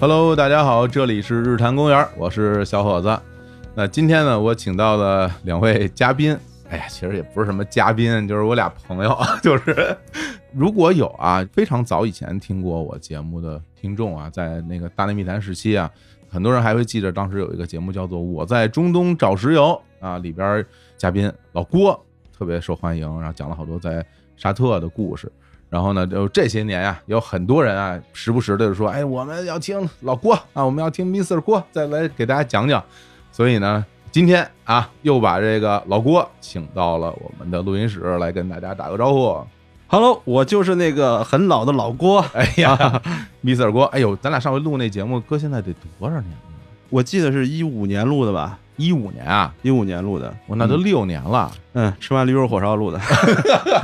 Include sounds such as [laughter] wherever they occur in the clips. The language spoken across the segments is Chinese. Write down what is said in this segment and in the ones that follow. Hello，大家好，这里是日坛公园，我是小伙子。那今天呢，我请到了两位嘉宾。哎呀，其实也不是什么嘉宾，就是我俩朋友，啊就是 [laughs] 如果有啊，非常早以前听过我节目的听众啊，在那个大内密谈时期啊，很多人还会记得当时有一个节目叫做《我在中东找石油》啊，里边嘉宾老郭特别受欢迎，然后讲了好多在沙特的故事。然后呢，就这些年啊，有很多人啊，时不时的就说，哎，我们要听老郭啊，我们要听 Mr 郭，再来给大家讲讲。所以呢，今天啊，又把这个老郭请到了我们的录音室来跟大家打个招呼。 [laughs] Hello，我就是那个很老的老郭，哎呀，Mr 郭，哎呦，咱俩上回录那节目，哥现在得多少年了？我记得是一五年录的吧？一五年啊，一五年录的，我那都六年了。 [laughs] 嗯，吃完驴肉火烧录的。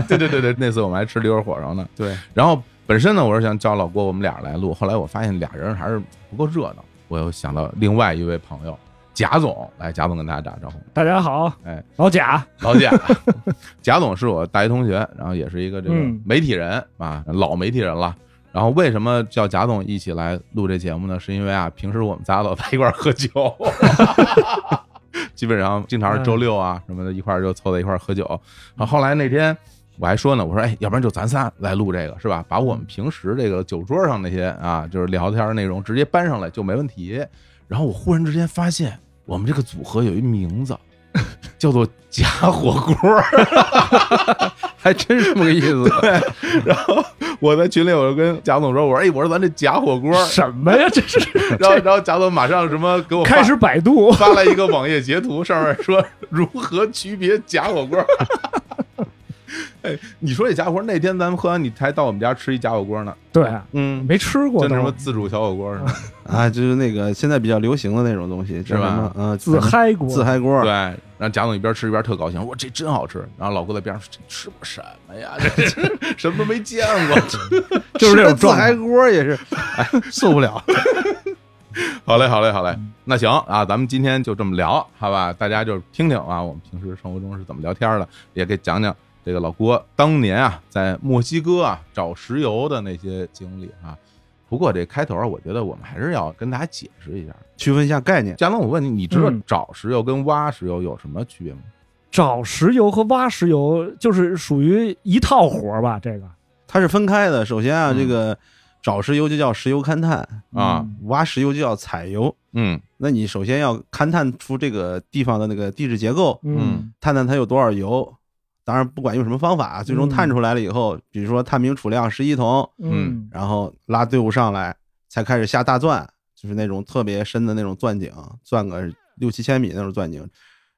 对对对对，那次我们还吃驴肉火烧呢。对，然后本身呢，我是想叫老郭我们俩来录，后来我发现俩人还是不够热闹，我又想到另外一位朋友贾总，来，贾总跟大家打个招呼。大家好，哎，老贾，老贾，啊 [laughs] 贾总是我大学同学，然后也是一个这个嗯媒体人啊，老媒体人了。然后为什么叫贾总一起来录这节目呢？是因为啊，平时我们仨老在一块儿喝酒， [laughs] 基本上经常是周六啊什么的，一块儿就凑在一块儿喝酒。然后后来那天我还说呢，我说哎，要不然就咱仨来录这个是吧？把我们平时这个酒桌上那些啊，就是聊天内容直接搬上来就没问题。然后我忽然之间发现，我们这个组合有一名字， [laughs] 叫做“假火锅”。 [laughs] 还真是这么个 [laughs] 意思。然后我在群里我就跟贾总说，我说哎，我说咱这假火锅。什么呀？这是然后然后贾总马上什么 [laughs] 给我发，开始百度发了一个网页截图，上面说如何区别假火锅。 [laughs] 哎，你说这假火锅，那天咱们喝完，你还到我们家吃一假火锅呢。对，啊嗯，没吃过真的什么都，自助小火锅是吧？啊，就是那个现在比较流行的那种东西，叫是吧什么？嗯，自嗨锅，自嗨锅对，。然后贾总一边吃一边特高兴，我这真好吃。然后老郭在边上说：“这吃过什么呀？这什么都没见过。” [laughs] 就是这种自状态嗨锅也是， [laughs] 哎，受不了。 [laughs] 好嘞，好嘞，好嘞。那行啊，咱们今天就这么聊，好吧？大家就听听啊，我们平时生活中是怎么聊天的，也给讲讲这个老郭当年啊在墨西哥啊找石油的那些经历啊。不过这开头啊，我觉得我们还是要跟大家解释一下。区分一下概念，嘉龙，我问你，你知道嗯找石油跟挖石油有什么区别吗？找石油和挖石油就是属于一套活儿吧？这个它是分开的。首先啊，嗯这个找石油就叫石油勘探，啊，嗯挖石油就叫采油。嗯那你首先要勘探出这个地方的那个地质结构，嗯嗯探探它有多少油。当然，不管用什么方法，啊最终嗯探出来了以后，比如说探明储量十一桶，嗯然后拉队伍上来，才开始下大钻，就是那种特别深的那种钻井，钻个六七千米那种钻井，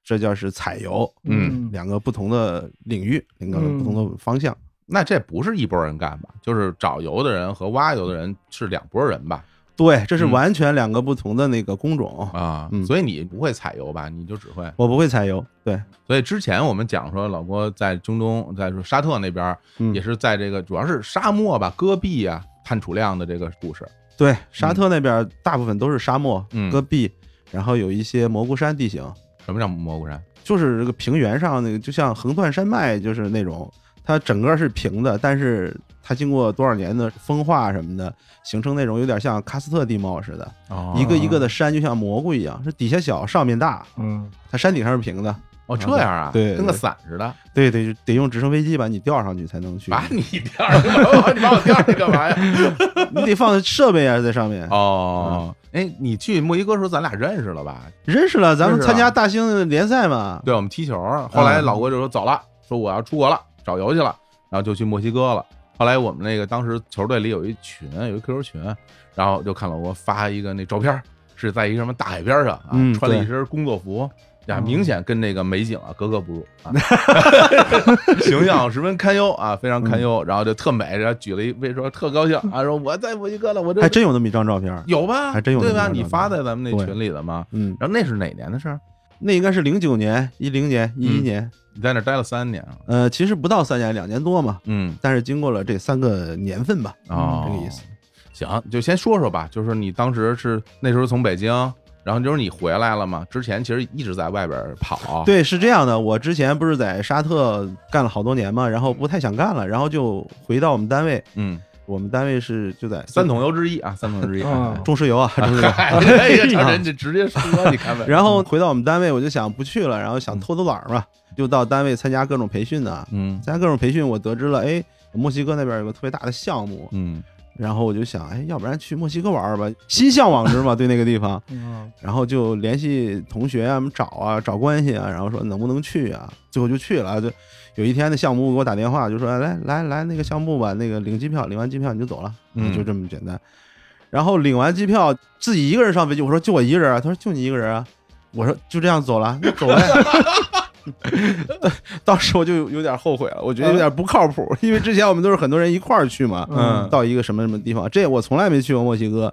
这叫是采油。嗯两个不同的领域，两个不同的方向。那这不是一拨人干吧？就是找油的人和挖油的人是两拨人吧？对，这是嗯完全两个不同的那个工种。啊，嗯所以你不会采油吧？你就只会我不会采油，对，所以之前我们讲说，老郭在中东，在说沙特那边儿，嗯也是在这个主要是沙漠吧、戈壁啊、探储量的这个故事。对，沙特那边大部分都是沙漠、嗯戈壁，然后有一些蘑菇山地形，什么叫蘑菇山？就是这个平原上那个，就像横断山脉，就是那种它整个是平的，但是它经过多少年的风化什么的，形成那种有点像喀斯特地貌似的，哦一个一个的山就像蘑菇一样，是底下小上面大，嗯它山顶上是平的。哦，这样啊，对对跟个伞似的，对对，就得用直升飞机把你吊上去才能去，把你 [laughs] 掉上去，你把我掉上去干嘛呀？ [laughs] 你得放设备啊在上 [laughs] 面。哦，哎，你去墨西哥的时候，咱俩认识了吧？认识了，咱们认识参加了大兴联赛嘛，对，我们踢球儿。啊后嗯来老郭就说走了，说我要出国了，找油去了，然后就去墨西哥了。后来我们那个当时球队里有一群，有一 QQ 群，然后就看老郭发一个那照片儿，是在一个什么大海边儿上啊，嗯穿了一对身工作服。呀，嗯明显跟那个美景啊格格不入 [laughs] 啊，形象十分堪忧啊，非常堪嗯忧。然后就特美，然后举了一杯说特高兴啊，说我在墨西哥了，我这还真有那么一张照片。有吧，还真有对那么吧？一张你照发片在咱们那对群里的吗？嗯，然后那是哪年的事儿？那应该是零九年、一零年、一一嗯年，你在那儿待了三年啊？呃，其实不到三年，两年多嘛。嗯，但是经过了这三个年份吧，嗯哦，这个意思。。行，就先说说吧，就是你当时是那时候从北京，然后就是你回来了嘛，之前其实一直在外边跑，，对，是这样的，我之前不是在沙特干了好多年嘛，然后不太想干了，然后就回到我们单位。嗯我们单位是就在三桶油之一啊，三桶油之一。啊中石油啊，中石油。 [laughs] 哎 [laughs] 呀，这人就直接说，你看吧。然后回到我们单位，我就想不去了，然后想偷偷懒儿嘛，就到单位参加各种培训呢。嗯参加各种培训，我得知了，哎，墨西哥那边有个特别大的项目，嗯然后我就想，哎，要不然去墨西哥玩儿吧，心向往之嘛，对那个地方。嗯然后就联系同学啊，找啊，找关系啊，然后说能不能去啊，最后就去了。就有一天，那项目部给我打电话，就说来来来，那个项目部吧，那个领机票，领完机票你就走了，嗯就这么简单。然后领完机票，自己一个人上飞机，我说就我一个人啊，他说就你一个人啊，我说就这样走了，那走呗。 [laughs] 当时我就有有点后悔了，我觉得有点不靠谱，因为之前我们都是很多人一块儿去嘛，嗯到一个什么什么地方，这我从来没去过墨西哥，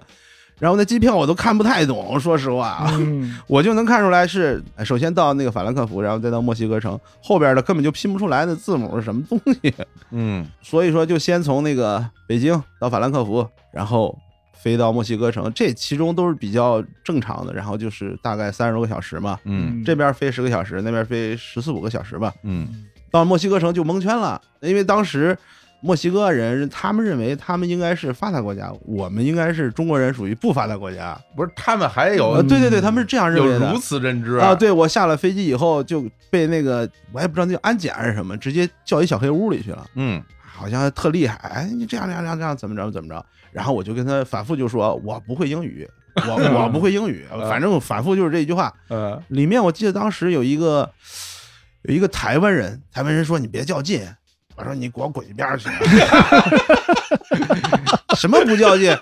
然后那机票我都看不太懂，说实话，嗯我就能看出来是哎首先到那个法兰克福，然后再到墨西哥城，后边的根本就拼不出来的字母是什么东西， [laughs] 嗯所以说就先从那个北京到法兰克福，然后飞到墨西哥城，这其中都是比较正常的，然后就是大概三十多个小时嘛，嗯这边飞十个小时，那边飞十四五个小时吧，嗯到墨西哥城就蒙圈了，因为当时墨西哥人他们认为他们应该是发达国家，我们应该是中国人属于不发达国家。不是他们还呃，有对对对，他们是这样认哦有为的。如此认知啊，，对我下了飞机以后就被那个我也不知道那叫安检还是什么，直接叫一小黑屋里去了，嗯好像特厉害，哎，你这样这样这样这样怎么着怎么着，然后我就跟他反复就说我不会英语， [laughs] 我我不会英语，反正反复就是这一句话，呃里面我记得当时有一个有一个台湾人，台湾人说你别较劲，我说你给我滚一边儿去， [laughs] 什么不较劲？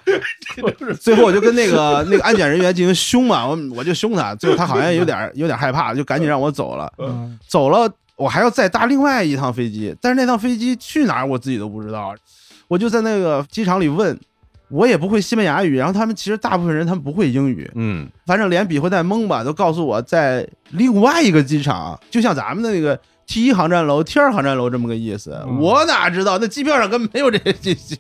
最后我就跟那个那个安检人员进行凶嘛，我我就凶他，最后他好像有点有点害怕，就赶紧让我走了， [laughs] 嗯走了我还要再搭另外一趟飞机，但是那趟飞机去哪儿我自己都不知道，我就在那个机场里问。我也不会西班牙语，然后他们其实大部分人他们不会英语，嗯反正连比划带蒙吧，都告诉我在另外一个机场，就像咱们的那个 T 一航站楼、T 二航站楼这么个意思。嗯我哪知道？那机票上根本没有这些信息。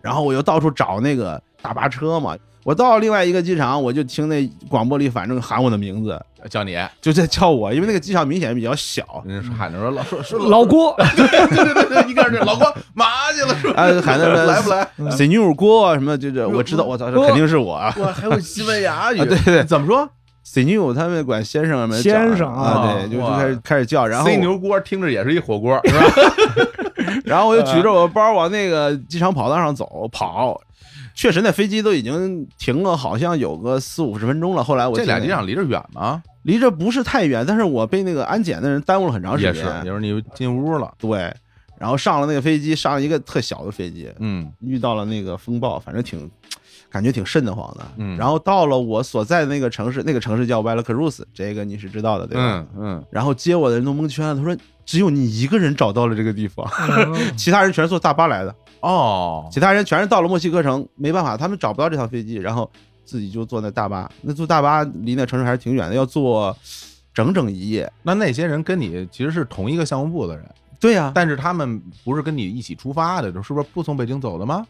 然后我又到处找那个大巴车嘛，我到另外一个机场，我就听那广播里反正喊我的名字，叫你，就在叫我，因为那个机场明显比较小，人家喊着说老说说 [laughs] 老郭，对对对对，你看这老郭嘛去了是吧？啊，喊 [laughs] 的来不来？嗯水牛锅什么，就是我知道，我操，这肯定是我啊！我还有西班牙语啊对对，怎么说？水牛他们管先生们叫先生啊，啊对，就就哇开始开始叫，然后塞牛锅听着也是一火锅，是吧？然后我就举嗯着我的包往那个机场跑道上走，跑。确实，那飞机都已经停了，好像有个四五十分钟了。后来 [laughs] 我这俩记得机场离着远吗？离这不是太远，但是我被那个安检的人耽误了很长时也间。是，也是你进屋了，对，然后上了那个飞机，上了一个特小的飞机，嗯遇到了那个风暴，反正挺感觉挺瘆得慌的。嗯然后到了我所在的那个城市，那个城市叫 Vela Cruz，这个你是知道的，对吧？嗯嗯，然后接我的人都蒙圈了，他说只有你一个人找到了这个地方， [laughs] 嗯其他人全是坐大巴来的。哦，其他人全是到了墨西哥城，没办法，他们找不到这趟飞机，然后自己就坐那大巴。那坐大巴离那城市还是挺远的，要坐整整一夜。那那些人跟你其实是同一个项目部的人，对啊呀、但是他们不是跟你一起出发的，是不是不从北京走的 [laughs] 吗？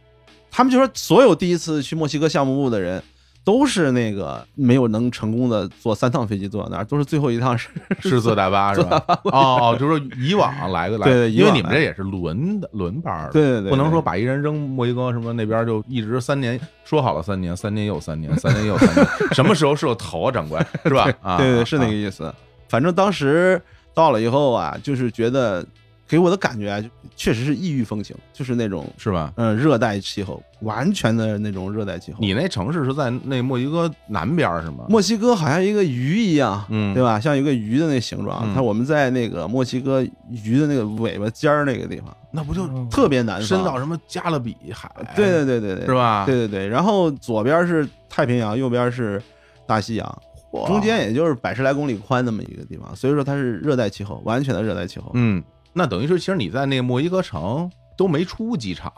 他们就说所有第一次去墨西哥项目部的人。都是那个没有能成功的坐三趟飞机坐到那儿，都是最后一趟是是坐大巴是吧？哦哦，就是说以往来的来，对对以因往为来你们这也是轮的轮班儿的， [laughs] 对对对，不能说对把一人扔墨西哥什么那边就一直三年，说好了三年，三年又三年，三年又三年，什么时候是有头啊，长官是吧？啊， [laughs] 对对是那啊个意思。反正当时到了以后啊，就是觉得给我的感觉啊，就确实是异域风情，就是那种是吧？嗯热带气候，完全的那种热带气候。你那城市是在那墨西哥南边儿是吗？墨西哥好像一个鱼一样，嗯对吧？像一个鱼的那形状。嗯它我们在那个墨西哥鱼的那个尾巴尖儿那个地方，那不就嗯特别南深方。到什么加勒比海？对对对对对，是？吧？对对对。然后左边是太平洋，右边是大西洋，哇中间也就是百十来公里宽那么一个地方，所以说它是热带气候，完全的热带气候。嗯，那等于是其实你在那个墨西哥城都没出机场，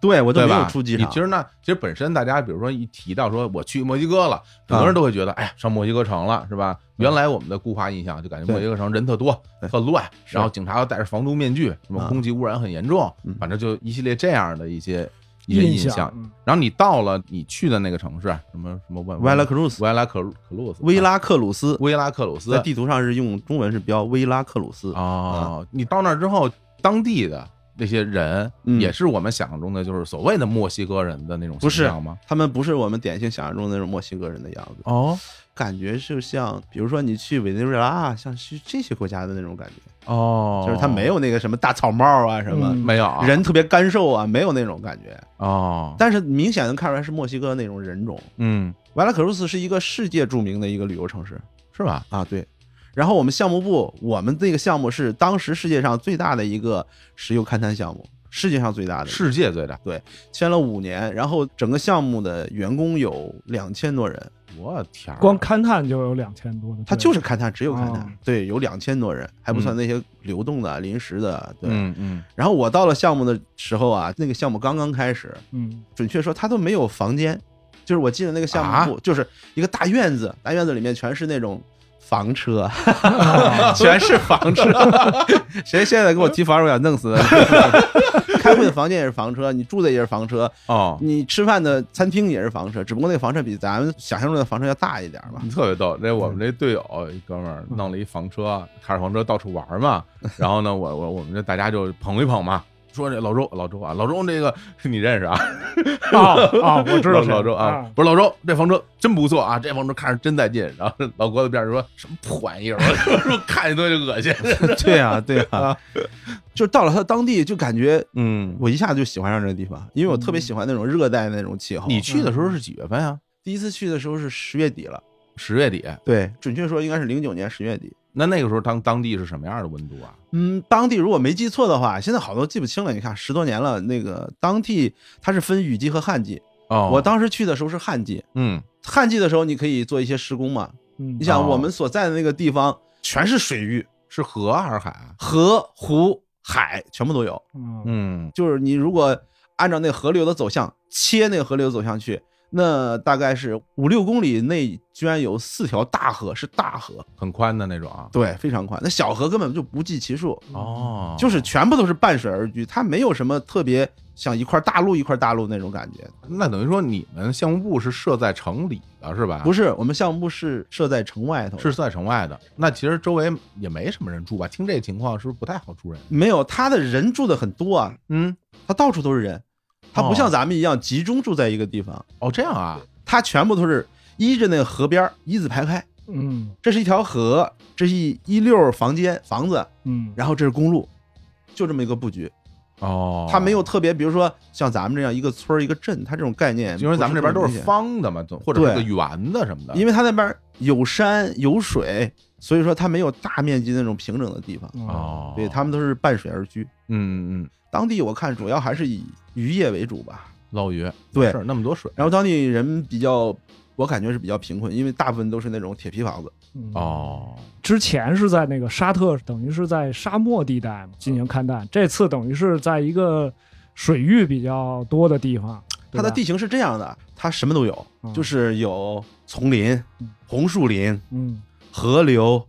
对，我都对没有吧？出机你场其。实那其实本身大家比如说一提到说我去墨西哥了，很多啊人都会觉得哎呀上墨西哥城了是吧？原来我们的固化印象就感觉嗯对墨西哥城人特多对特乱，是然后警察要戴着防毒面具，什么啊空气污染很严重嗯，反正就一系列这样的一些一些印象。嗯然后你到了你去的那个城市，什么什么维拉克克鲁斯，维拉克鲁克鲁斯维拉克鲁斯，维拉克鲁斯在啊地图上是用中文是标维拉克鲁斯。哦，你到那儿之后，当地的那些人，嗯也是我们想象中的就是所谓的墨西哥人的那种不是形象吗？他们不是我们典型想象中的那种墨西哥人的样子，哦感觉就像，比如说你去委内瑞拉，啊像去这些国家的那种感觉，哦，就是他没有那个什么大草帽啊，什么嗯没有啊人特别干瘦啊，没有那种感觉。哦，但是明显能看出来是墨西哥那种人种。嗯，瓦拉克鲁斯是一个世界著名的一个旅游城市是吧？啊，对。然后我们项目部，我们这个项目是当时世界上最大的一个石油勘探项目，世界上最大的，世界最大，签了五年，然后整个项目的员工有两千多人，我天儿，光勘探就有两千多的，他就是勘探，只有勘探，哦对，有两千多人，还不算那些流动的、临时的，对。嗯嗯，然后我到了项目的时候啊，那个项目刚刚开始， [laughs] 嗯准确说，他都没有房间，就是我进的那个项啊目部，就是一个大院子，大院子里面全是那种房车，[laughs] 啊全是房车。 [laughs] 谁现在给我提房车，我想弄死他。 [laughs] 开会的房间也是房车，你住的也是房车，哦，你吃饭的餐厅也是房车，只不过那个房车比咱们想象中的房车要大一点嘛。你 [laughs] 特别逗，这我们这队友一哥们儿弄了一房车，开着房车到处玩 [laughs] 嘛。然后呢，我我我们就大家就捧一捧嘛，说这老周老周啊，老周这个 [laughs] 你认识啊？啊，我知道老谁老周啊，，不是老周，这房车真不错啊，这房车看着真带劲。然后老郭子边上说什么破玩意儿，我 [laughs] 说看见多就恶心。 [laughs] 对啊，对啊，就到了他当地，就感觉嗯，我一下就喜欢上这个地方，因为我特别喜欢那种热带那种气候。 [laughs] 你去的时候是几月份啊？第一次去的时候是十月底了，十月底。对，准确说应该是零九年十月底。那那个时候当当地是什么样的温度啊？嗯，当地如果没记错的话，现在好多记不清了。你看十多年了，那个当地它是分雨季和旱季。哦我当时去的时候是旱季，嗯旱季的时候你可以做一些施工嘛。嗯你想哦我们所在的那个地方全是水域，是河还是海啊？河、湖、海全部都有。嗯嗯就是你如果按照那个河流的走向切那个河流走向去，那大概是五六公里内居然有四条大河，是大河，很宽的那种啊。对，非常宽。那小河根本就不计其数，哦，就是全部都是伴水而居，它没有什么特别像一块大陆一块大陆那种感觉。那等于说你们项目部是设在城里的是吧？不是，是，我们项目部是设在城外头，是在城外的。那其实周围也没什么人住吧？听这情况是不是不太好住人？没有它的人住的很多啊，嗯，它到处都是人，它哦不像咱们一样集中住在一个地方，哦，这样啊，它全部都是依着那个河边儿一字排开，嗯这是一条河，这是一一溜儿房间房子，嗯，然后这是公路。就这么一个布局，哦，它没有，特别，比如说像咱们这样一个村儿一个镇，它这种概念不因为特别明显，咱们这边都是方的嘛，总或者对是个圆的什么的。因为它那边有山有水，所以说它没有大面积那种平整的地方，嗯，哦，对，他们都是伴水而居。嗯嗯嗯，当地我看主要还是以渔业为主吧，捞鱼对。是那么多水，然后当地人比较，我感觉是比较贫困，因为大部分都是那种铁皮房子。嗯，哦，之前是在那个沙特，等于是在沙漠地带嗯嘛进行勘探，这次等于是在一个水域比较多的地方，对啊它的吧地形是这样的，它什么都有，嗯就是有丛林嗯、红树林、嗯河流、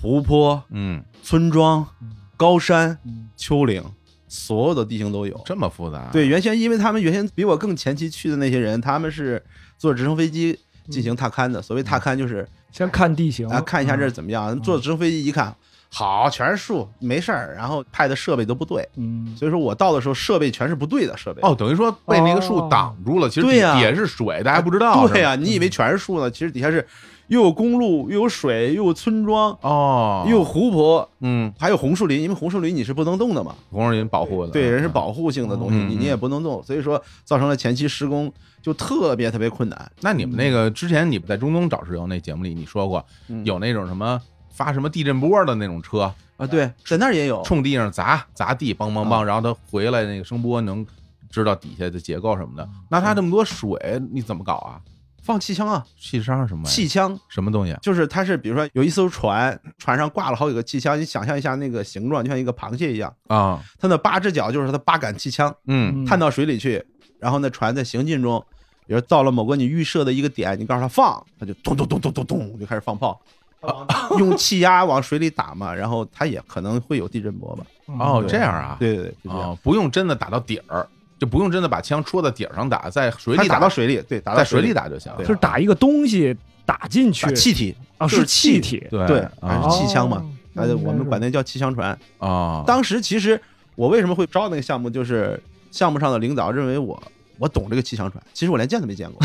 湖泊、嗯，村庄、嗯高山、嗯丘陵，所有的地形都有。哦这么复杂？，啊对，原先因为他们原先比我更前期去的那些人，他们是坐直升飞机进行踏勘的。所谓踏勘就是先看地形啊，看一下这儿嗯怎么样。坐直升飞机一看，好，全是树，没事儿。然后派的设备都不对，嗯，所以说我到的时候设备全是不对的设备。，哦，等于说被那个树哦挡住了，其实对呀底下是水，大家不知道。对是吧呀、你以为全是树呢？其实底下是又有公路，又有水，又有村庄，哦，又有湖泊。嗯，还有红树林，因为红树林你是不能动的嘛，红树林保护的，对，人是嗯保护性的东西，嗯你你也不能动，所以说造成了前期施工就特别特别困难。那你们那个之前你们在中东找石油那节目里，你说过嗯有那种什么发什么地震波的那种车，啊，对，在那儿也有，哎冲地上砸砸地，梆梆哦梆，然后它回来那个声波能知道底下的结构什么的。嗯那它这么多水，你怎么搞啊？放气枪啊，气枪是什么玩意儿？气枪什么东西？啊就是它是，比如说有一艘船，船上挂了好几个气枪，你想象一下那个形状，就像一个螃蟹一样，啊，它那八只脚就是它的八杆气枪，嗯，嗯探到水里去，然后那船在行进中，比如到了某个你预设的一个点，你告诉它放，它就咚咚咚咚咚咚就开始放炮。啊用气压往水里打嘛，然后它也可能会有地震波吧？嗯哦，嗯对这样啊，对对对，就这样。哦，不用真的打到底儿，就不用真的把枪戳到底儿上打，在水它里打打到，水里，对，打到在水里打，打就行了。对是打一个东西打进去打气体，啊，就是是气气体，对对，啊还是气枪嘛哦。呃，我们管那叫气枪船。啊，当时其实我为什么会招那个项目？就是项目上的领导认为我我懂这个气象船，其实我连见都没 [laughs] 见过。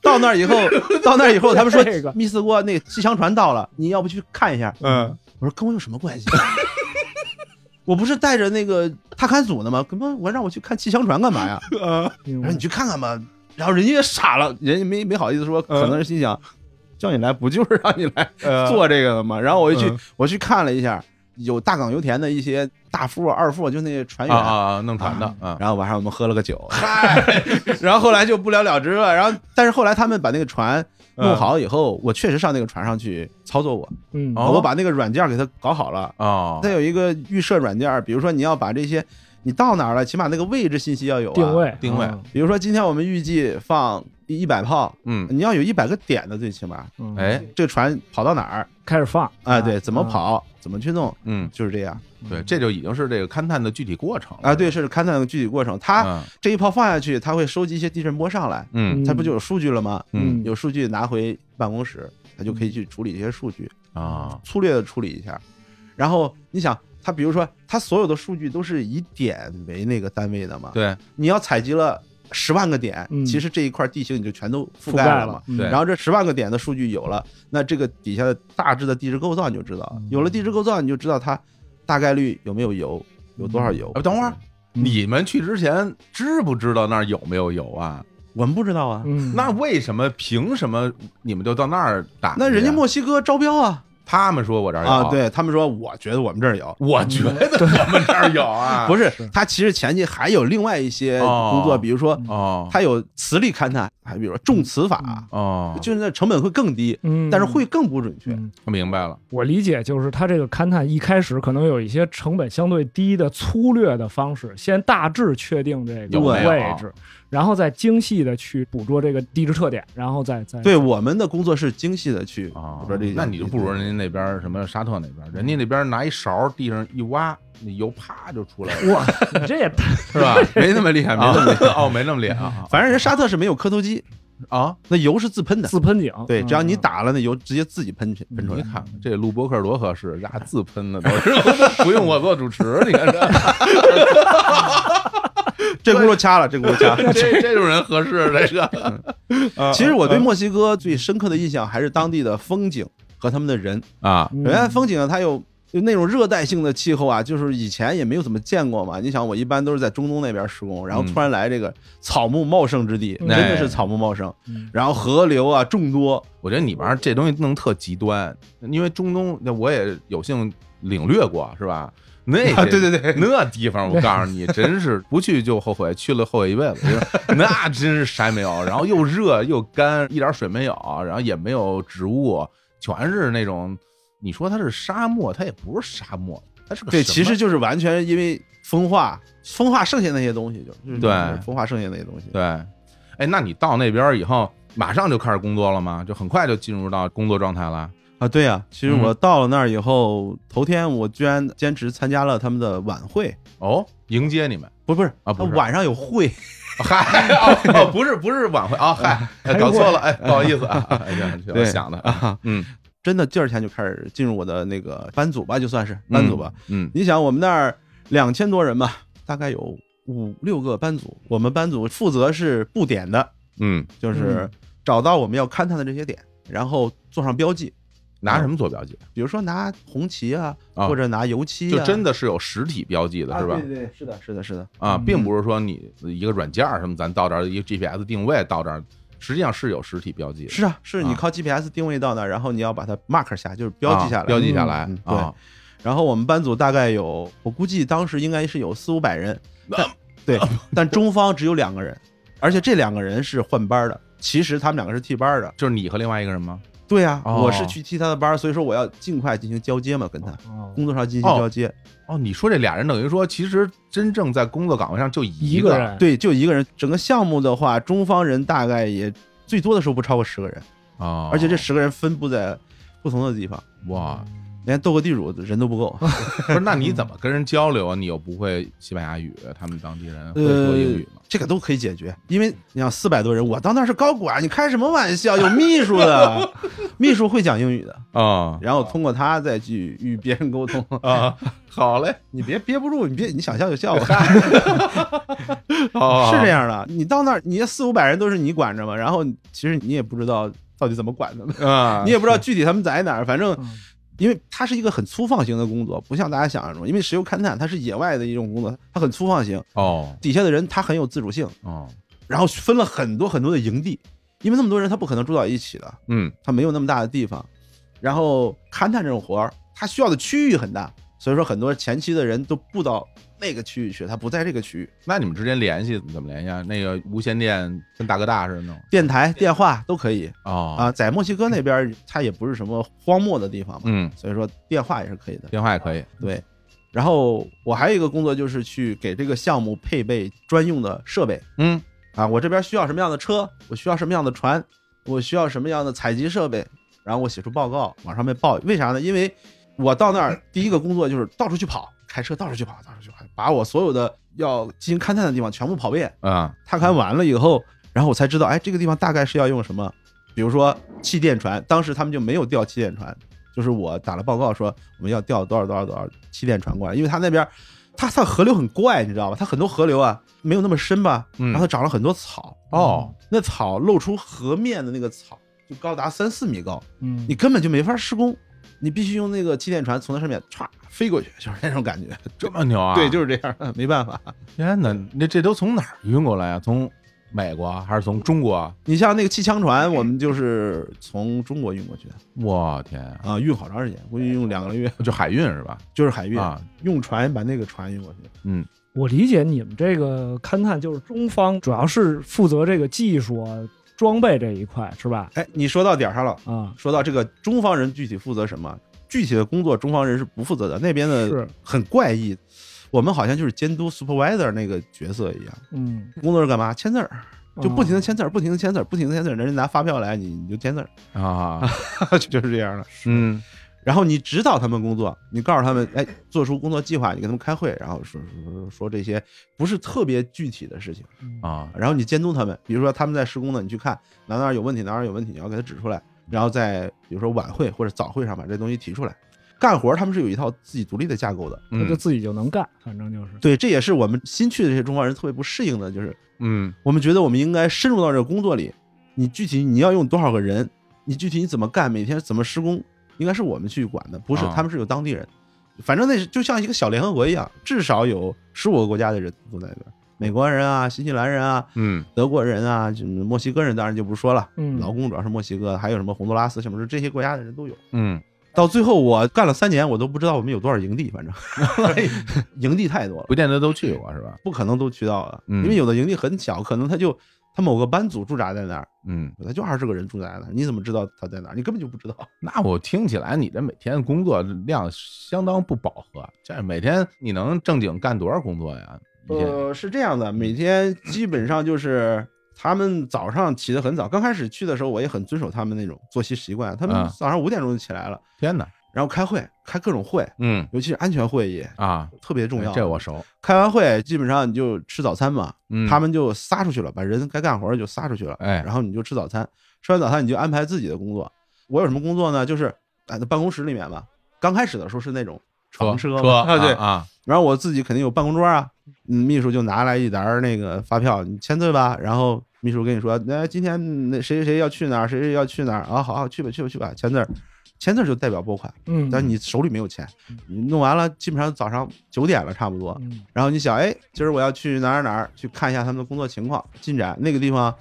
到那儿以后，到那儿以后，他们说这个密斯锅那个气象船到了，你要不去看一下？嗯，我说跟我有什么关系？ [laughs] 我不是带着那个踏勘组呢吗？怎么我让我去看气象船干嘛呀？明我白哎嗯说你去看看吧。然后人家也傻了，人家没没好意思说，可能是心想，叫你来不就是让你来嗯呃 [laughs] 做这个的吗？然后我就去嗯我去看了一下，有大港油田的一些大副、二副，就那船啊员。啊啊，弄船的啊，然后晚上我们喝了个酒， [laughs] 然后后来就不了了之了。然后但是后来他们把那个船嗯弄好以后，我确实上那个船上去操作过，嗯哦我把那个软件给它搞好了。哦它，有一个预设软件，比如说你要把这些你到哪儿了，起码那个位置信息要有、啊、定位定位嗯比如说今天我们预计放一百炮，嗯，你要有一百个点的，最起码嗯哎，这船跑到哪儿开始放啊？对，怎么跑，怎么去弄，嗯，就是这样对，这就已经是这个勘探的具体过程了啊。对，，是勘探的具体过程。它嗯这一炮放下去，它会收集一些地震波上来，嗯它不就有数据了吗？嗯嗯有数据拿回办公室，它就可以去处理这些数据，啊，粗略的处理一下。然后你想，它比如说它所有的数据都是以点为那个单位的嘛？对，你要采集了十万个点，嗯其实这一块地形你就全都覆覆盖了嘛。嗯对然后这十万个点的数据有了，那这个底下的大致的地质构造你就知道了嗯，有了地质构造你就知道它大概率有没有油，有多少油哎。等会儿嗯你们去之前知不知道那儿有没有油啊？我们不知道啊，嗯，那为什么凭什么你们就到那儿打去啊？那人家墨西哥招标啊他们说我这儿有啊，，对他们说，我觉得我们这儿有，我觉得我们这儿有啊， [laughs] 不是是是他其实前期还有另外一些哦工作，比如说嗯哦，他有磁力勘探，还比如说重磁法嗯，哦，就是那成本会更低，嗯，但是会更不准确。嗯我明白了，我理解就是它这个勘探一开始可能有一些成本相对低的粗略的方式，先大致确定这个有没有位置，然后再精细的去捕捉这个地质特点，然后再再对我们的工作是精细的去啊捕捉这些，那你就不如人家那边儿什么沙特那边儿，人家那边儿拿一勺儿地上一挖，那油啪就出来了，哇，你这也 [laughs] 太是吧？没那么厉害，没那么厉害，哦，没那么厉害啊反正人沙特是没有磕头机，啊！那油是自喷的。自喷井，对，只要你嗯打了那油，直接自己喷喷出你来。看这录播客多合适，人家自喷的都是， [laughs] 不用我做主持，你看 [laughs] 这这轱辘掐了，这轱辘掐 [laughs] 了。这这种人合适这个。啊嗯其实我对墨西哥最深刻的印象还是当地的风景和他们的人。啊，嗯首先，风景呢，它有就那种热带性的气候啊，就是以前也没有怎么见过嘛。你想，我一般都是在中东那边施工，然后突然来这个草木茂盛之地，嗯真的是草木茂盛嗯，然后河流啊众多。我觉得你玩儿这东西弄特极端，因为中东那我也有幸领略过，是吧？那些、啊对对对那地方我告诉你，真是不去就后悔，去了后悔一辈子。就是那真是啥也没有，然后又热又干，一点水没有，然后也没有植物，全是那种你说它是沙漠，它也不是沙漠，它是个对，什么其实就是完全因为风化，风化剩下那些东西，就是对风化剩下那些东西。对。哎，那你到那边儿以后，马上就开始工作了吗？就很快就进入到工作状态了？啊，对呀、其实嗯我到了那儿以后，头天我居然兼职参加了他们的晚会，哦，迎接你们。不是不是啊不是他晚上有会， [laughs] 嗨，哦，哦不是不是晚会啊，嗨，哎搞错了，哎，不好意思啊，哎呀，这我对啊想的，嗯，真的第二天就开始进入我的那个班组吧，就算是班组吧。嗯，你想我们那儿两千多人吧，大概有五六个班组，我们班组负责是布点的，嗯嗯，就是嗯找到我们要勘探的这些点，然后做上标记，拿什么做标记？比如说拿红旗啊，啊或者拿油嗯漆、啊，啊就真的是有实体标记的是吧？对对，是的，是的，是的。啊，嗯并不是说你一个软件儿什么，咱到这儿一个 GPS 定位到这儿，实际上是有实体标记的，是啊，是啊你靠 GPS 定位到那儿，然后你要把它 mark 下，就是标记下来。啊标记下来嗯嗯啊，然后我们班组大概有，我估计当时应该是有四五百人，但对，但中方只有两个人，而且这两个人是换班的。其实他们两个是替班的。就是你和另外一个人吗？对啊呀、哦我是去替他的班，所以说我要尽快进行交接嘛，跟他哦工作上进行交接。哦，你说这俩人等于说，其实真正在工作岗位上就一个个，人对，就一个人。整个项目的话，中方人大概也最多的时候不超过十个人，啊，而且这十个人分布在不同的地方。哇，连斗个地主人都不够。不是，那你怎么跟人交流啊？你又不会西班牙语，他们当地人会呃说英语吗？这个都可以解决，因为你想四百多人，我到那儿是高管，你开什么玩笑？有秘书 [laughs] 的，秘书会讲英语的，啊然后通过他再去与别人沟通。 [laughs] 啊， [laughs] 好嘞，你别憋不住，你别你想笑就笑吧， [laughs] 哦，是这样的。你到那儿，你四五百人都是你管着嘛，然后其实你也不知道到底怎么管他们，样啊，你也不知道具体他们在哪儿，反正嗯因为它是一个很粗放型的工作，不像大家想象中，因为石油勘探它是野外的一种工作，它很粗放型，哦底下的人他很有自主性，哦，然后分了很多很多的营地，因为那么多人他不可能住到一起的，嗯他没有那么大的地方，然后勘探这种活儿，他需要的区域很大，所以说很多前期的人都布到那个区域去，他不在这个区域，那你们之间联系怎么联系啊？那个无线电跟大哥大似的那种电台、电话都可以哦啊，在墨西哥那边儿它也不是什么荒漠的地方嘛，嗯，所以说电话也是可以的。电话也可以对，然后我还有一个工作就是去给这个项目配备专用的设备嗯啊，我这边需要什么样的车，我需要什么样的船，我需要什么样的采集设备，然后我写出报告往上面报。为啥呢？因为我到那儿第一个工作就是到处去跑，开车到处去跑，到处去跑，把我所有的要进行勘探的地方全部跑遍。啊探勘完了以后，然后我才知道，哎，这个地方大概是要用什么，比如说气垫船，当时他们就没有调气垫船，就是我打了报告说我们要调多少多少多少气垫船过来，因为他那边，它它河流很怪，你知道吧？它很多河流啊没有那么深吧，嗯然后它长了很多草，哦那草露出河面的那个草就高达三四米高，嗯你根本就没法施工，你必须用那个气垫船从那上面歘飞过去，就是那种感觉，这么牛啊？对，就是这样，没办法。天哪，那这都从哪儿运过来啊？从美国啊还是从中国？你像那个气枪船，我们就是从中国运过去的我天啊，啊，运好长时间，估计用两个月，就海运是吧？就是海运，啊，用船把那个船运过去。我理解你们这个勘探就是中方主要是负责这个技术啊、装备这一块是吧？哎，你说到点儿上了，啊，说到这个中方人具体负责什么，具体的工作中方人是不负责的，那边的是很怪异，我们好像就是监督 supervisor 那个角色一样，嗯，工作是干嘛？签字儿，就不停的啊签字儿，不停的签字儿，不停的签字儿，人家拿发票来，你你就签字啊，儿， [laughs] 就是这样的。嗯然后你指导他们工作，你告诉他们，哎，做出工作计划，你跟他们开会，然后说说说说这些不是特别具体的事情，啊，然后你监督他们，比如说他们在施工呢，你去看哪哪有问题，哪哪有问题，你要给他指出来，然后在比如说晚会或者早会上把这东西提出来。干活他们是有一套自己独立的架构的，他就嗯自己就能干，反正就是对，这也是我们新去的这些中国人特别不适应的，就是嗯我们觉得我们应该深入到这个工作里，你具体你要用多少个人，你具体你怎么干，每天怎么施工，应该是我们去管的，不是啊他们是有当地人，反正那是就像一个小联合国一样，至少有十五个国家的人都在那边，美国人啊、新西兰人啊、嗯德国人啊、就是墨西哥人当然就不说了，嗯老公主要是墨西哥，还有什么洪都拉斯什么的，这些国家的人都有。嗯，到最后我干了三年，我都不知道我们有多少营地，反 [laughs] 正营地 [laughs] 太多了。不见得都去过是吧？不可能都去到了，嗯因为有的营地很小，可能他就他某个班组驻扎在那儿，嗯，他就二十个人驻扎在那儿，你怎么知道他在哪儿？你根本就不知道。那我听起来你这每天工作量相当不饱和，这每天你能正经干多少工作呀？一天呃，是这样的，每天基本上就是他们早上起得很早，刚开始去的时候我也很遵守他们那种作息习惯，他们嗯早上五点钟就起来了，天哪，然后开会，开各种会，嗯尤其是安全会议，啊，特别重要。这我熟，开完会基本上你就吃早餐嘛，嗯，他们就撒出去了，把人该干活儿就撒出去了，哎然后你就吃早餐，吃完早餐你就安排自己的工作。我有什么工作呢？就是啊，那办公室里面吧，刚开始的时候是那种车床车嘛车啊，对，啊，然后我自己肯定有办公桌啊，嗯，秘书就拿来一沓儿那个发票，你签字吧，然后秘书跟你说，那、今天那谁谁谁要去哪儿，谁谁要去哪儿啊，好好去吧去吧去吧，签字儿，签字儿就代表拨款，嗯，但你手里没有钱，你弄完了基本上早上九点了差不多，嗯然后你想，哎，今儿我要去哪儿哪儿哪儿去看一下他们的工作情况进展，那个地方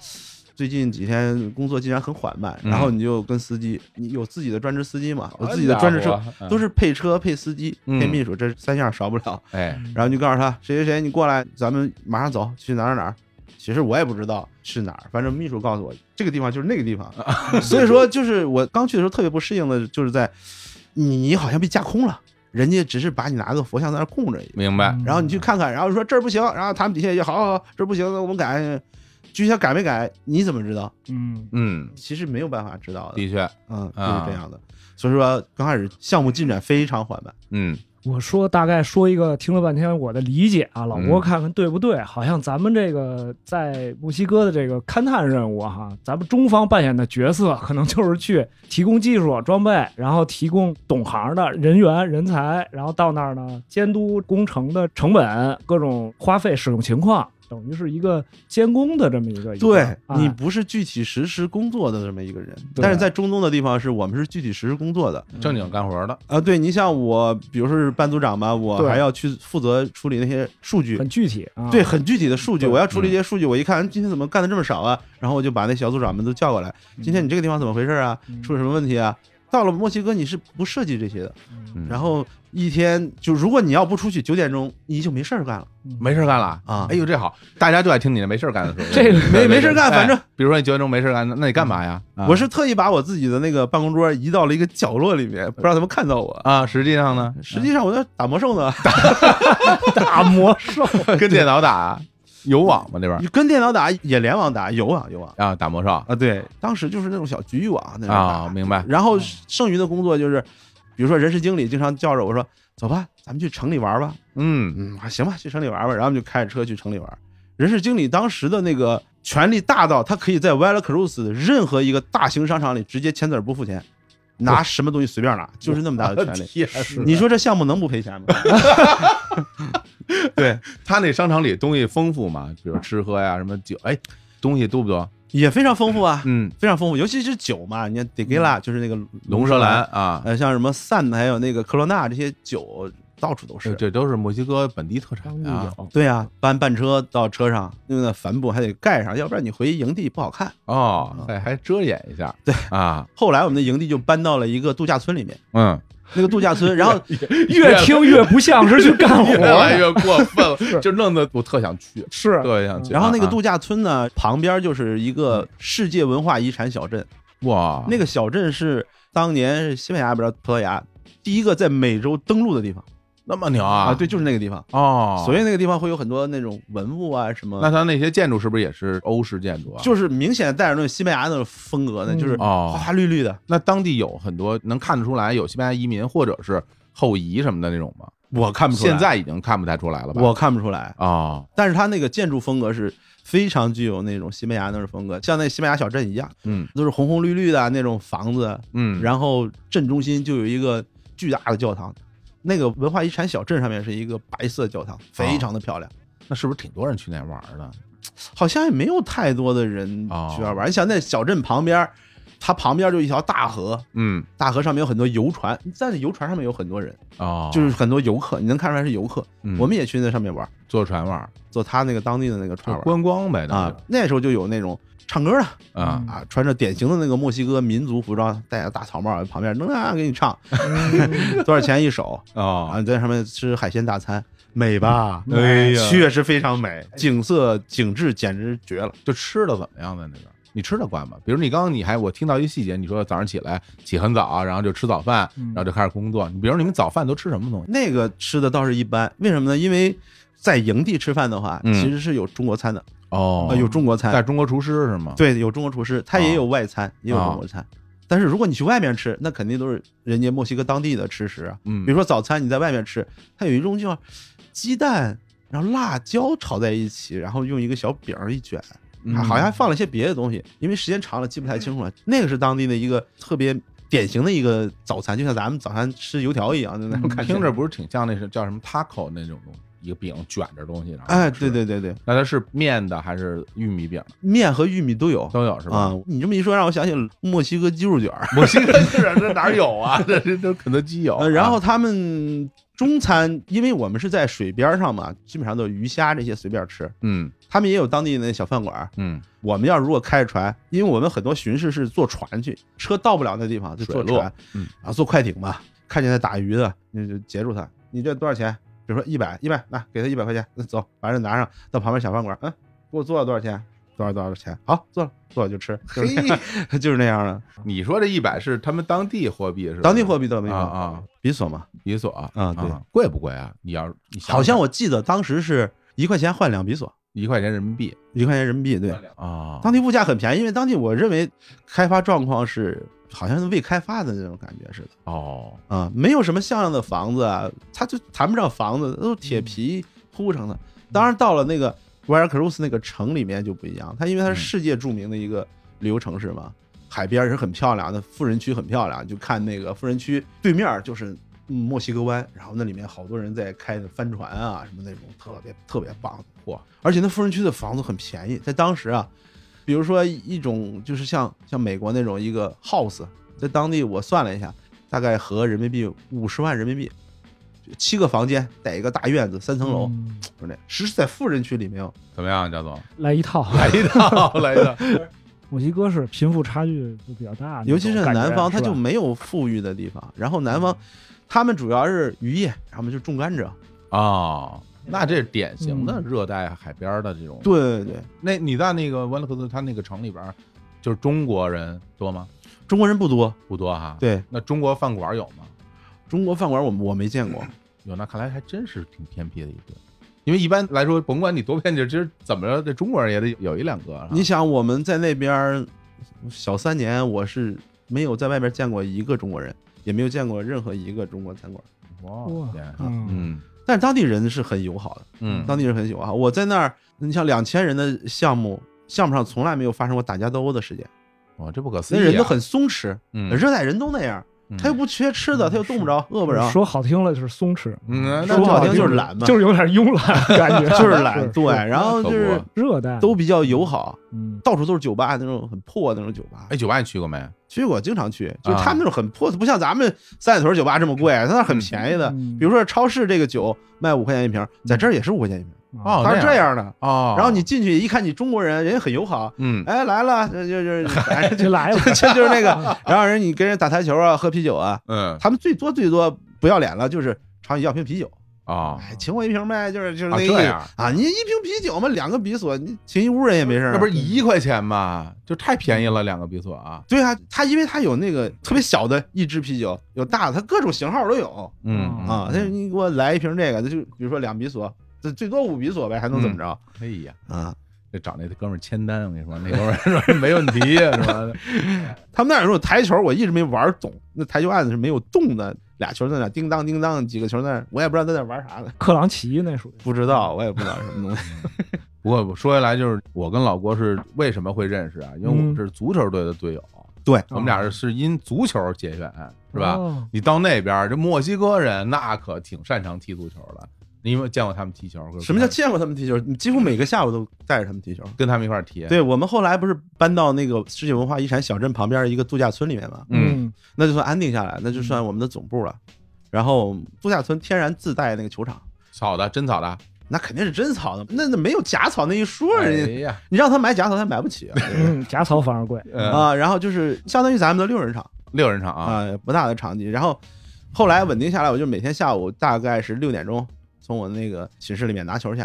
最近几天工作进展很缓慢，嗯哎然后你就跟司机，你有自己的专职司机嘛，有自己的专职车，车都是是配车配司机嗯配秘书，这三项少不了。哎然后你就告诉他谁谁谁，你过来，咱们马上走去哪儿哪儿哪儿。其实我也不知道是哪儿，反正秘书告诉我这个地方就是那个地方， [laughs] 所以说就是我刚去的时候特别不适应的，就是在你你好像被架空了，人家只是把你拿个佛像在那儿供着一样。明白嗯然后你去看看，然后说这儿不行，然后他们底下也好好好，这儿不行，我们改。巨蟹改没改，你怎么知道？嗯嗯，其实没有办法知道的，的确，嗯，就啊是这样的。所以说刚开始项目进展非常缓慢，嗯，我说大概说一个，听了半天我的理解啊，老嗯郭看看对不对？好像咱们这个在墨西哥的这个勘探任务啊哈、咱们中方扮演的角色可能就是去提供技术装备，然后提供懂行的人员人才，然后到那儿呢监督工程的成本、各种花费使用情况，等于是一个监工的这么一个。对哎你不是具体实施工作的这么一个人，对但是在中东的地方是我们是具体实施工作的。正经干活的，啊，对你像我，比如说是班组长吧，我对还要去负责处理那些数据很，具体啊。对，很具体的数据，对我要处理嗯这些数据。我一看哎今天怎么干的这么少啊，然后我就把那小组长们都叫过来，今天你这个地方怎么回事啊？嗯出了什么问题啊？到了墨西哥你是不涉及这些的，嗯嗯然后一天就如果你要不出去，九点钟你就没事儿干了。没事儿干了啊哎呦，这好，大家就爱听你的没事儿干的 [laughs] 时候，这个没没事儿干哎反正比如说你九点钟没事儿干，那那你干嘛呀？啊我是特意把我自己的那个办公桌移到了一个角落里面，不让他们看到我。啊，实际上 [laughs] 呢，实际上我在打魔兽呢，大魔兽，跟电脑打，有网吗那边儿跟电脑打也联网打，有网有网嗯啊？打魔兽啊。对，当时就是那种小局域网那种打啊，明 [laughs] 白？然后剩余的工作就是，比如说人事经理经常叫着我说：“走吧，咱们去城里玩吧。”嗯嗯，还行吧，去城里玩玩。然后我们就开着车去城里玩。人事经理当时的那个权力大到，他可以在 v a l a Cruz 的任何一个大型商场里直接签字儿不付钱，拿什么东西随便拿，就是那么大 [laughs] 的权力。天哪你说这项目能不赔钱吗？对，他那商场里东西丰富嘛，比如吃喝呀，什么酒，哎，东西多不多？也非常丰富啊，嗯，非常丰富，尤其是酒嘛，你看 d e g i l a 就是那个龙舌兰，啊，呃，像什么 San 还有那个科罗娜这些酒到处都是这。这都是墨西哥本地特产 [laughs] 当地啊。有对呀、搬半车到车上，用那帆布还得盖上，要不然你回营地不好看。哦，还还遮掩一下，嗯 [laughs] 对啊，后来我们的营地就搬到了一个度假村里面， [laughs] 嗯，那个度假村，然 [laughs] 后 [laughs] 越听越不像是去干 [laughs] 活越来的，越过 [laughs] 分了，是就弄得我特想去，是特想去。然后那个啊度假村呢，旁边就是一个世界文化遗产小镇，哇，那个小镇是当年西班牙不知道葡萄牙第一个在美洲登陆的地方那么牛啊，啊，对，就是那个地方。哦，呃所以那个地方会有很多那种文物啊，什么那他那些建筑是不是也是欧式建筑啊？就是明显带着那种西班牙那种风格呢，嗯就是花哦，花绿绿的。那当地有很多能看得出来有西班牙移民或者是后移什么的那种吗？我看不出来，现在已经看不太出来了吧？我看不出来，哦，但是它那个建筑风格是非常具有那种西班牙那种风格，像那西班牙小镇一样，嗯都是红红绿绿的那种房子，嗯，然后镇中心就有一个巨大的教堂，那个文化遗产小镇上面是一个白色教啊堂，非常的漂亮。那是不是挺多人去那玩儿的？好像也没有太多的人哦去那儿玩。你想，那小镇旁边，它旁边就一条大河，嗯，大河上面有很多游船，在那游船上面有很多人，哦，就是很多游客，你能看出来是游客。嗯我们也去那上面玩，坐船玩儿，坐他那个当地的那个船就玩观光呗，那啊就。那时候就有那种唱歌的，啊嗯啊，穿着典型的那个墨西哥民族服装，戴着大草帽，旁边能啊给你唱，嗯 [laughs] 多少钱一首？哦，啊，在上面吃海鲜大餐，美吧？哎呀确实非常美，景色景致简直绝了。就吃的怎么样在那边？你吃的惯吗？比如你刚刚你还我听到一细节，你说早上起来起很早，然后就吃早饭，嗯然后就开始工作。你比如你们早饭都吃什么东西？啊那个吃的倒是一般，为什么呢？因为在营地吃饭的话，嗯其实是有中国餐的，哦啊，有中国在餐，中国厨师是吗？对，有中国厨师，他也有外餐，也有啊中国餐。但是如果你去外面吃，那肯定都是人家墨西哥当地的吃食啊。嗯，比如说早餐你在外面吃，它有一种叫鸡蛋，然后辣椒炒在一起，然后用一个小饼儿一卷，嗯还好像还放了一些别的东西，因为时间长了记不太清楚了。那个是当地的一个特别典型的一个早餐，就像咱们早餐吃油条一样的那种感觉。嗯听着不是挺像那是叫什么 taco 那种东西，一个饼卷着东西，然后哎，吃对，对对对，那它是面的还是玉米饼的面和玉米都有都有是吧？啊、你这么一说，让我想起墨西哥鸡肉卷儿。墨西哥市场这哪有 [laughs] 啊？这这这肯德基有啊、呃，然后他们中餐，因为我们是在水边儿上嘛，基本上都是鱼虾这些随便吃。嗯他们也有当地的小饭馆儿，嗯我们要如果开着船，因为我们很多巡视是坐船去，车到不了那地方就坐水路船，嗯然后坐快艇嘛，看见他打鱼的，你就截住他，你这多少钱？比如说一百，一百，来给他一百块钱，那走，把这拿上，到旁边小饭馆，嗯，给我做了多少钱？多少多少钱？好，做了，做了就吃，就嘿是， [laughs] 就是那样的，你说这一百是他们当地货币是吧？当地货币倒没有啊啊，比索嘛，比索啊对贵不贵啊？你要你想好像我记得当时是一块钱换两比索，一块钱人民币一块钱人民币，对，啊当地物价很便宜，因为当地我认为开发状况是好像是未开发的那种感觉似的哦，啊、没有什么像样的房子啊，它就谈不上房子，都是铁皮铺成的。当然到了那个维尔克鲁斯那个城里面就不一样，它因为它是世界著名的一个旅游城市嘛，海边也是很漂亮的，富人区很漂亮，就看那个富人区对面就是。嗯墨西哥湾，然后那里面好多人在开的帆船啊，什么那种特别特别棒的货，而且那富人区的房子很便宜，在当时啊，比如说一种就是像像美国那种一个 house，在当地我算了一下，大概合人民币五十万人民币，就七个房间带一个大院子，三层楼，嗯就那实是在富人区里面哦，怎么样，贾总？来一套。 [laughs] 来一 [laughs] 套，来一套，墨西哥是贫富差距就比较大，尤其啊那是种感觉南方，它是吧嗯就没有富裕的地方。然后南方，他们主要是渔业，他们就种甘蔗。哦，那这是典型的嗯热带海边的这种。，对对对，那你在那个湾克斯他那个城里边儿，就是中国人多吗？中国人不多，不多哈。，对那中国饭馆有吗？中国饭馆我我没见啊过。有，那看来还真是挺偏僻的一个。因为一般来说，甭管你多偏僻，其实怎么着，这中国人也得有一两个啊。你想，我们在那边儿小三年，我是没有在外边见过一个中国人，也没有见过任何一个中国餐馆。哇天，嗯，嗯但是当地人是很友好的，嗯，当地人很友好。我在那儿，你像两千人的项目，项目上从来没有发生过打架斗殴的事件，哇，这不可思议那啊。人都很松弛，嗯，热带人都那样，嗯他又不缺吃的，嗯他又冻不着，饿不着，说好听了就是松弛，嗯，那说好这听就是懒嘛，就是有点慵懒的感觉， [laughs] 就是懒，对， [laughs] 是然后就是可热带都比较友好，嗯到处都是酒吧那种很破的那种酒吧哎，，酒吧你去过没？去过经常去，就是啊他们那种很破，不像咱们三里屯酒吧这么贵，啊他那很便宜的，嗯比如说超市这个酒卖五块钱一瓶，在这儿也是五块钱一瓶，啊 [laughs] 哦它是那这样啊的。哦，然后你进去一看，你中国人，人家很友好，嗯，哎来了，就就 [laughs] 就反正就，就来了就就是那个，然后人你跟人打台球啊，喝啤酒啊，嗯他们最多最多不要脸了，就是朝你要瓶啤酒，哦，哎，请我一瓶呗，就是就是啊那个意这思样啊，你一瓶啤酒嘛，两个比索，你请一屋人也没事儿啊。那不是一块钱吗？就太便宜了，两个比索啊。对啊，他因为他有那个特别小的一支啤酒，有大的，他各种型号都有嗯啊。他你给我来一瓶这个，那就比如说两比索，这最多五比索呗，还能怎么着、哎呀，啊？这找那哥们儿签单，我跟你说，那哥们儿说 [laughs] 没问题，是吧？他们那儿有那种台球，我一直没玩懂，那台球案子是没有动的，俩球在那叮当叮当，几个球在那，我也不知道在那玩啥呢，克朗奇那属于不知道，我也不知道什么东西。不过说回来，就是我跟老郭是为什么会认识啊？嗯因为我们是足球队的队友， [laughs] 对，我们俩是是因足球结缘，是吧？哦你到那边儿，这墨西哥人那可挺擅长踢足球的。你有没有见过他们踢球？什么叫见过他们踢球？你几乎每个下午都带着他们踢球。跟他们一块儿踢？，对我们后来不是搬到那个世界文化遗产小镇旁边一个度假村里面嘛，嗯，嗯那就算安定下来，那就算我们的总部了。然后度假村天然自带那个球场，草的，真草的。那肯定是真草的，那那没有假草那一说，哎人家、呀，你让他买假草他买不起啊。嗯，假草反而贵，呃，啊，然后就是相当于咱们的六人场六人场啊，啊、不大的场地。然后后来稳定下来，我就每天下午大概是六点钟从我那个寝室里面拿球去，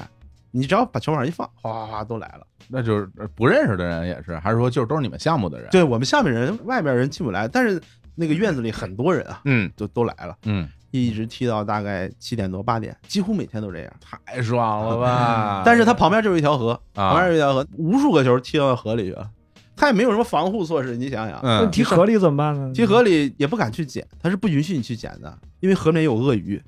你只要把球往上一放，哗哗哗都来了。那就是呃不认识的人也是，还是说就是都是你们项目的人？，对我们下面人外面人进不来，但是那个院子里很多人啊，嗯就都来了，嗯，一直踢到大概七点多八点，几乎每天都这样。太爽了吧！嗯但是它旁边就是一条河，哎啊旁边有一条河，无数个球踢到河里去了，它也没有什么防护措施。你想想，那嗯提河里怎么办呢？踢河里也不敢去捡，它是不允许你去捡的，因为河里面有 [laughs] 鳄鱼，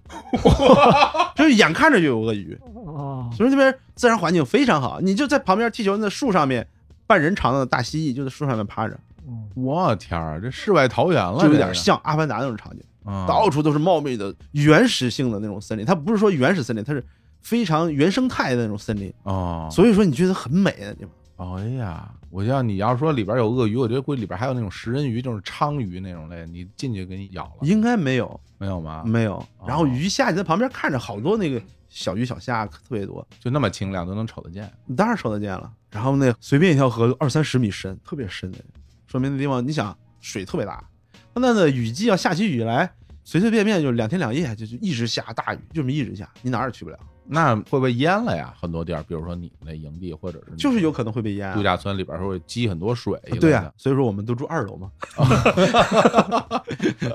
就是眼看着就有鳄鱼，哦，所以那边自然环境非常好。你就在旁边踢球，那树上面半人长的大蜥蜴就在树上面趴着，嗯我天儿，这世外桃源了，就有这点个像《阿凡达》那种场景，啊到处都是茂密的原始性的那种森林。它不是说原始森林，它是非常原生态的那种森林，哦，所以说你觉得很美的地方。哦哎呀，我要你要说里边有鳄鱼，我觉得估计里边还有那种食人鱼，就是鲳鱼那种类，你进去给你咬了，应该没有，没有吗？没有。然后鱼虾你在旁边看着，好多那个小鱼小虾特别多，就那么清亮都能瞅得见，你当然瞅得见了。然后那随便一条河二三十米深，特别深的，说明那地方你想水特别大。那那雨季要下起雨来，随随便便就两天两夜就就一直下大雨，就这么一直下，你哪儿也去不了，那会不会淹了呀？很多地儿，比如说你那营地或者是你就是有可能会被淹啊、度假村里边会积很多水一类的，对啊，所以说我们都住二楼嘛。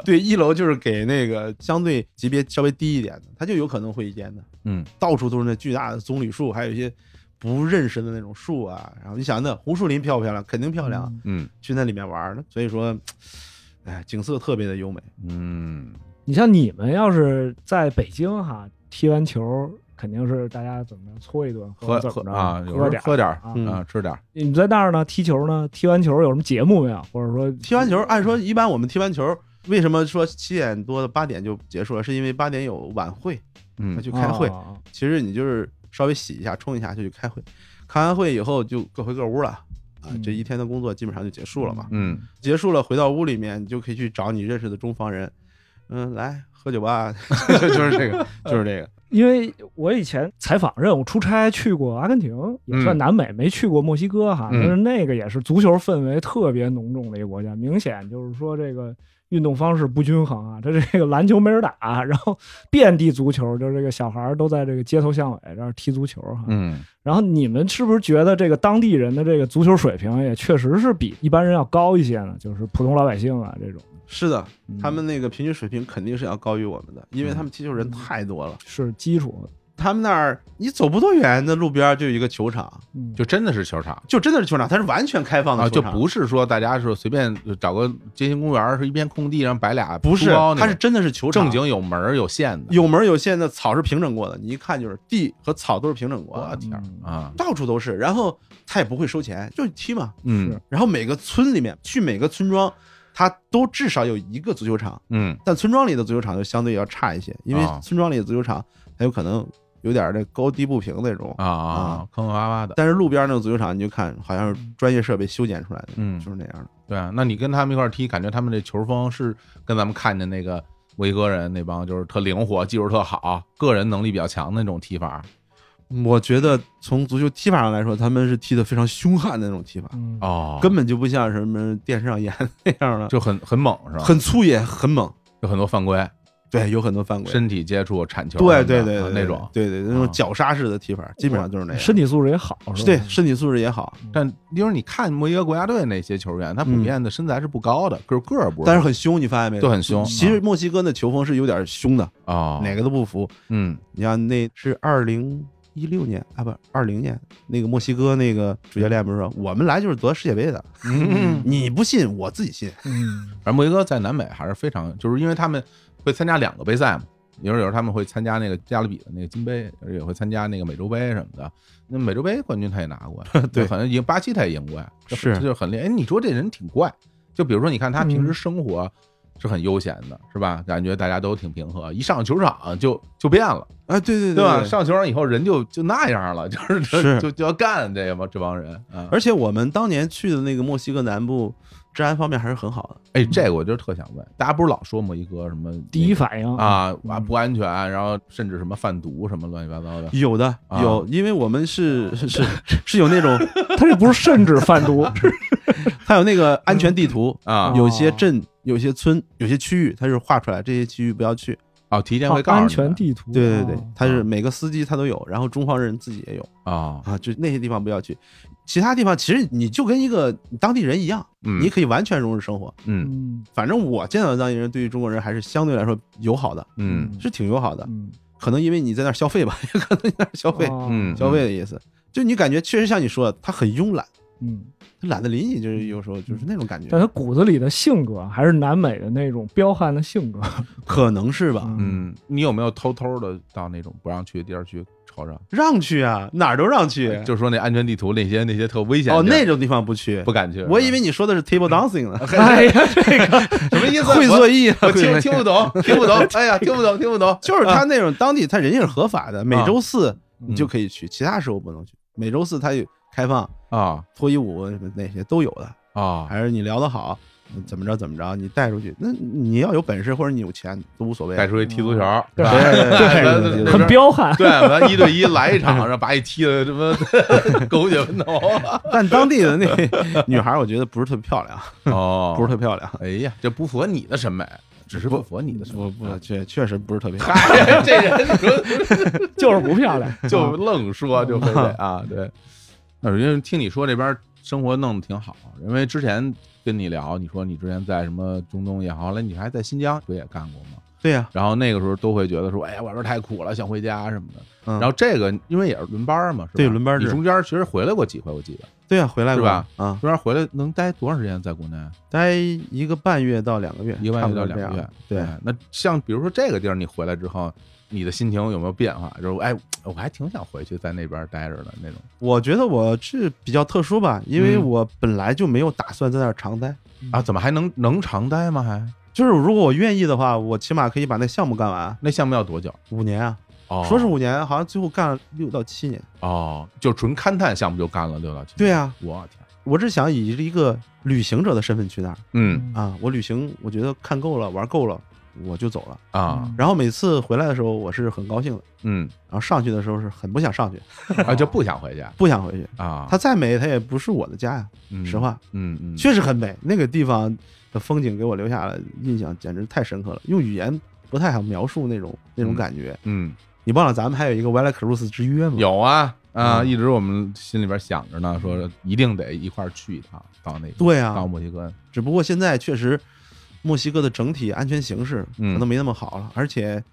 对，一楼就是给那个相对级别稍微低一点的，它就有可能会淹的。嗯，到处都是那巨大的棕榈树，还有一些不认识的那种树啊。然后你想那红树林漂不漂亮？肯定漂亮，嗯嗯去那里面玩儿呢。所以说，哎，景色特别的优美。嗯，你像你们要是在北京哈，踢完球肯定是大家怎么着搓一顿，或喝者怎么着啊，有时喝候点儿喝点儿啊。嗯啊，吃点儿你们在那儿呢踢球呢？踢完球有什么节目没有？或者说踢完球，按说一般我们踢完球，为什么说七点多八点就结束了？是因为八点有晚会，嗯要去开会。啊其实你就是稍微洗一下、冲一下就去开会，开完会以后就各回各屋了啊嗯。这一天的工作基本上就结束了嘛。嗯结束了，回到屋里面，你就可以去找你认识的中方人，嗯，来喝酒 [laughs] 吧。 [laughs] 就就是这个，呃就是这个，因为我以前采访任务出差去过阿根廷，也嗯算南美，没去过墨西哥哈，嗯但是那个也是足球氛围特别浓重的一个国家，明显就是说这个运动方式不均衡啊，这这个篮球没人打，然后遍地足球，就是这个小孩儿都在这个街头巷尾这儿踢足球哈。嗯然后你们是不是觉得这个当地人的这个足球水平也确实是比一般人要高一些呢？就是普通老百姓啊这种，是的，嗯他们那个平均水平肯定是要高于我们的，因为他们踢球人太多了。是基础，他们那儿你走不多远，那路边就有一个球场，嗯，就真的是球场。就真的是球场，它是完全开放的啊，球就场，不是说大家是随便找个街心公园儿，是一片空地上摆俩不是书包，那它是种真的是球场，正经有门儿有线的。有门有线的，草是平整过的，你一看就是地和草都是平整过的，天儿啊，到处都是。然后他也不会收钱，就踢嘛。嗯然后每个村里面去每个村庄，它都至少有一个足球场，嗯但村庄里的足球场就相对要差一些，因为啊村庄里的足球场它有可能有点儿这高低不平那种。啊啊，坑坑洼洼的。但是路边那种足球场，你就看好像是专业设备修剪出来的，嗯就是那样的。对啊，那你跟他们一块儿踢，感觉他们这球风是跟咱们看见那个墨西哥人那帮就是特灵活、技术特好、个人能力比较强的那种踢法我觉得从足球踢法上来说，他们是踢得非常凶悍的那种踢法，嗯哦根根本就不像什么电视上演的那样的，就很很猛是吧？很粗野，很猛。有很多犯规，对，有很多犯规。身体接触、铲球什么对的，对对啊对那种。对对对那啊种绞杀式的踢法，基本上就是那样。身体素质也好，是吧对身体素质也好，但因为你看墨西哥国家队那些球员，他普遍的身材是不高的，个儿个儿不是，嗯但是很凶，你发现没有？都很凶啊其实墨西哥的球风是有点凶的，哦，哪个都不服。嗯你像那是二零一六年啊，不二零年那个墨西哥那个主教练不是说我们来就是得世界杯的，嗯，你不信我自己信。嗯而墨西哥在南美还是非常，就是因为他们会参加两个杯赛嘛，有时候有时候他们会参加那个加勒比的那个金杯，有时候也会参加那个美洲杯什么的。那美洲杯冠军他也拿 [laughs] 过，对好像赢巴西他也赢过呀，这是这就很厉害。哎，你说这人挺怪，就比如说你看他平时生活是很悠闲的，是吧？感觉大家都挺平和，一上球场就就变了，啊，对对对吧？对。上球场以后人就就那样了， [laughs] 就是是就就要干这帮这帮人啊。而且我们当年去的那个墨西哥南部，治安方面还是很好的。哎，这个我就特想问，大家不是老说墨西哥什么第一反应，啊嗯啊不安全，然后甚至什么贩毒什么乱七八糟的。有的啊有，因为我们是是是是有那种，他这不是甚至贩毒，是它有那个安全地图啊有些镇、有些村、有些区域，它是画出来，这些区域不要去。哦，提前啊会告诉你啊安们全地图。对对对哦，它是每个司机他都有，然后中方人自己也有哦，啊，就那些地方不要去。其他地方其实你就跟一个当地人一样，嗯你可以完全融入生活。嗯嗯反正我见到的当地人对于中国人还是相对来说友好的，嗯是挺友好的。嗯可能因为你在那儿消费吧， [laughs] 也可能在那儿消费，哦嗯，消费的意思。就你感觉确实像你说的，他很慵懒，嗯，他懒得理你，就是有时候就是那种感但嗯觉，他骨子里的性格还是南美的那种彪悍的性格可能是吧。嗯嗯，你有没有偷偷的到那种不让去的地儿去瞅瞅？让去啊，哪儿都让去。哎就说那安全地图那些那些特危险的哦，地儿那种地方不去不。敢去。嗯我以为你说的是 table dancing 呢，哎呀，什么意思？会作艺啊，我，我会作听艺听不懂，听 [laughs] 不懂。哎呀，听不懂，听不懂。啊就是他那种当地，他人家是合法的，每周四你就嗯可以去，其他时候不能去。每周四他有开放啊脱衣舞什么那些都有的，啊还是你聊得好，怎么着怎么着，你带出去，那你要有本事或者你有钱都无所谓。带出去踢嗯足球，是对吧对对哎对咱 [laughs] 对咱很彪悍。对，完一对一来一场，然后把你踢的什么 [laughs] 狗血喷头。啊但当地的那女孩，我觉得不是特别漂亮，哦不是特别 [laughs] 漂亮。哎呀，这不符合你的审美，只是不符合你的审美。我不确确实不是特别漂亮。嗨，这人你说就是不漂亮，就愣说就非得啊，对。那因为听你说这边生活弄得挺好，因为之前跟你聊，你说你之前在什么中东也好，后来你还在新疆不也干过吗？对呀，然后那个时候都会觉得说，哎呀，外边太苦了，想回家什么的。嗯然后这个因为也是轮班儿嘛，是吧对轮班制你中间其实回来过几回，我记得对呀，回来过是吧？啊，中间回来能待多长时间在国内？待一个半月到两个月，一个半月到哎差不多两个这月样。。对，哎，那像比如说这个地儿，你回来之后，你的心情有没有变化？就是哎，我还挺想回去在那边待着的那种。我觉得我是比较特殊吧，因为嗯我本来就没有打算在那儿长待。啊，怎么还能能常待吗？还就是如果我愿意的话，我起码可以把那项目干完那项目要多久？五年啊，哦说是五年，好像最后干了六到七年。哦，就纯勘探项目就干了六到七。对，啊，我天，我只想以一个旅行者的身份去那儿嗯啊，我旅行，我觉得看够了，玩够了，我就走了。啊，然后每次回来的时候，我是很高兴的，嗯，然后上去的时候是很不想上去， [laughs] 啊，就不想回家不想回去。啊。它再美，它也不是我的家呀。嗯实，话，嗯嗯，确实很美，那个地方的风景给我留下了印象，简直太深刻了，用语言不太好描述那种那种嗯感觉。嗯你忘了咱们还有一个 Valley Cruz 之约吗？有啊啊，嗯一直我们心里边想着呢，说一定得一块儿去一趟，到那个对到啊，墨西哥。只不过现在确实，墨西哥的整体安全形势可嗯能没那么好了，而且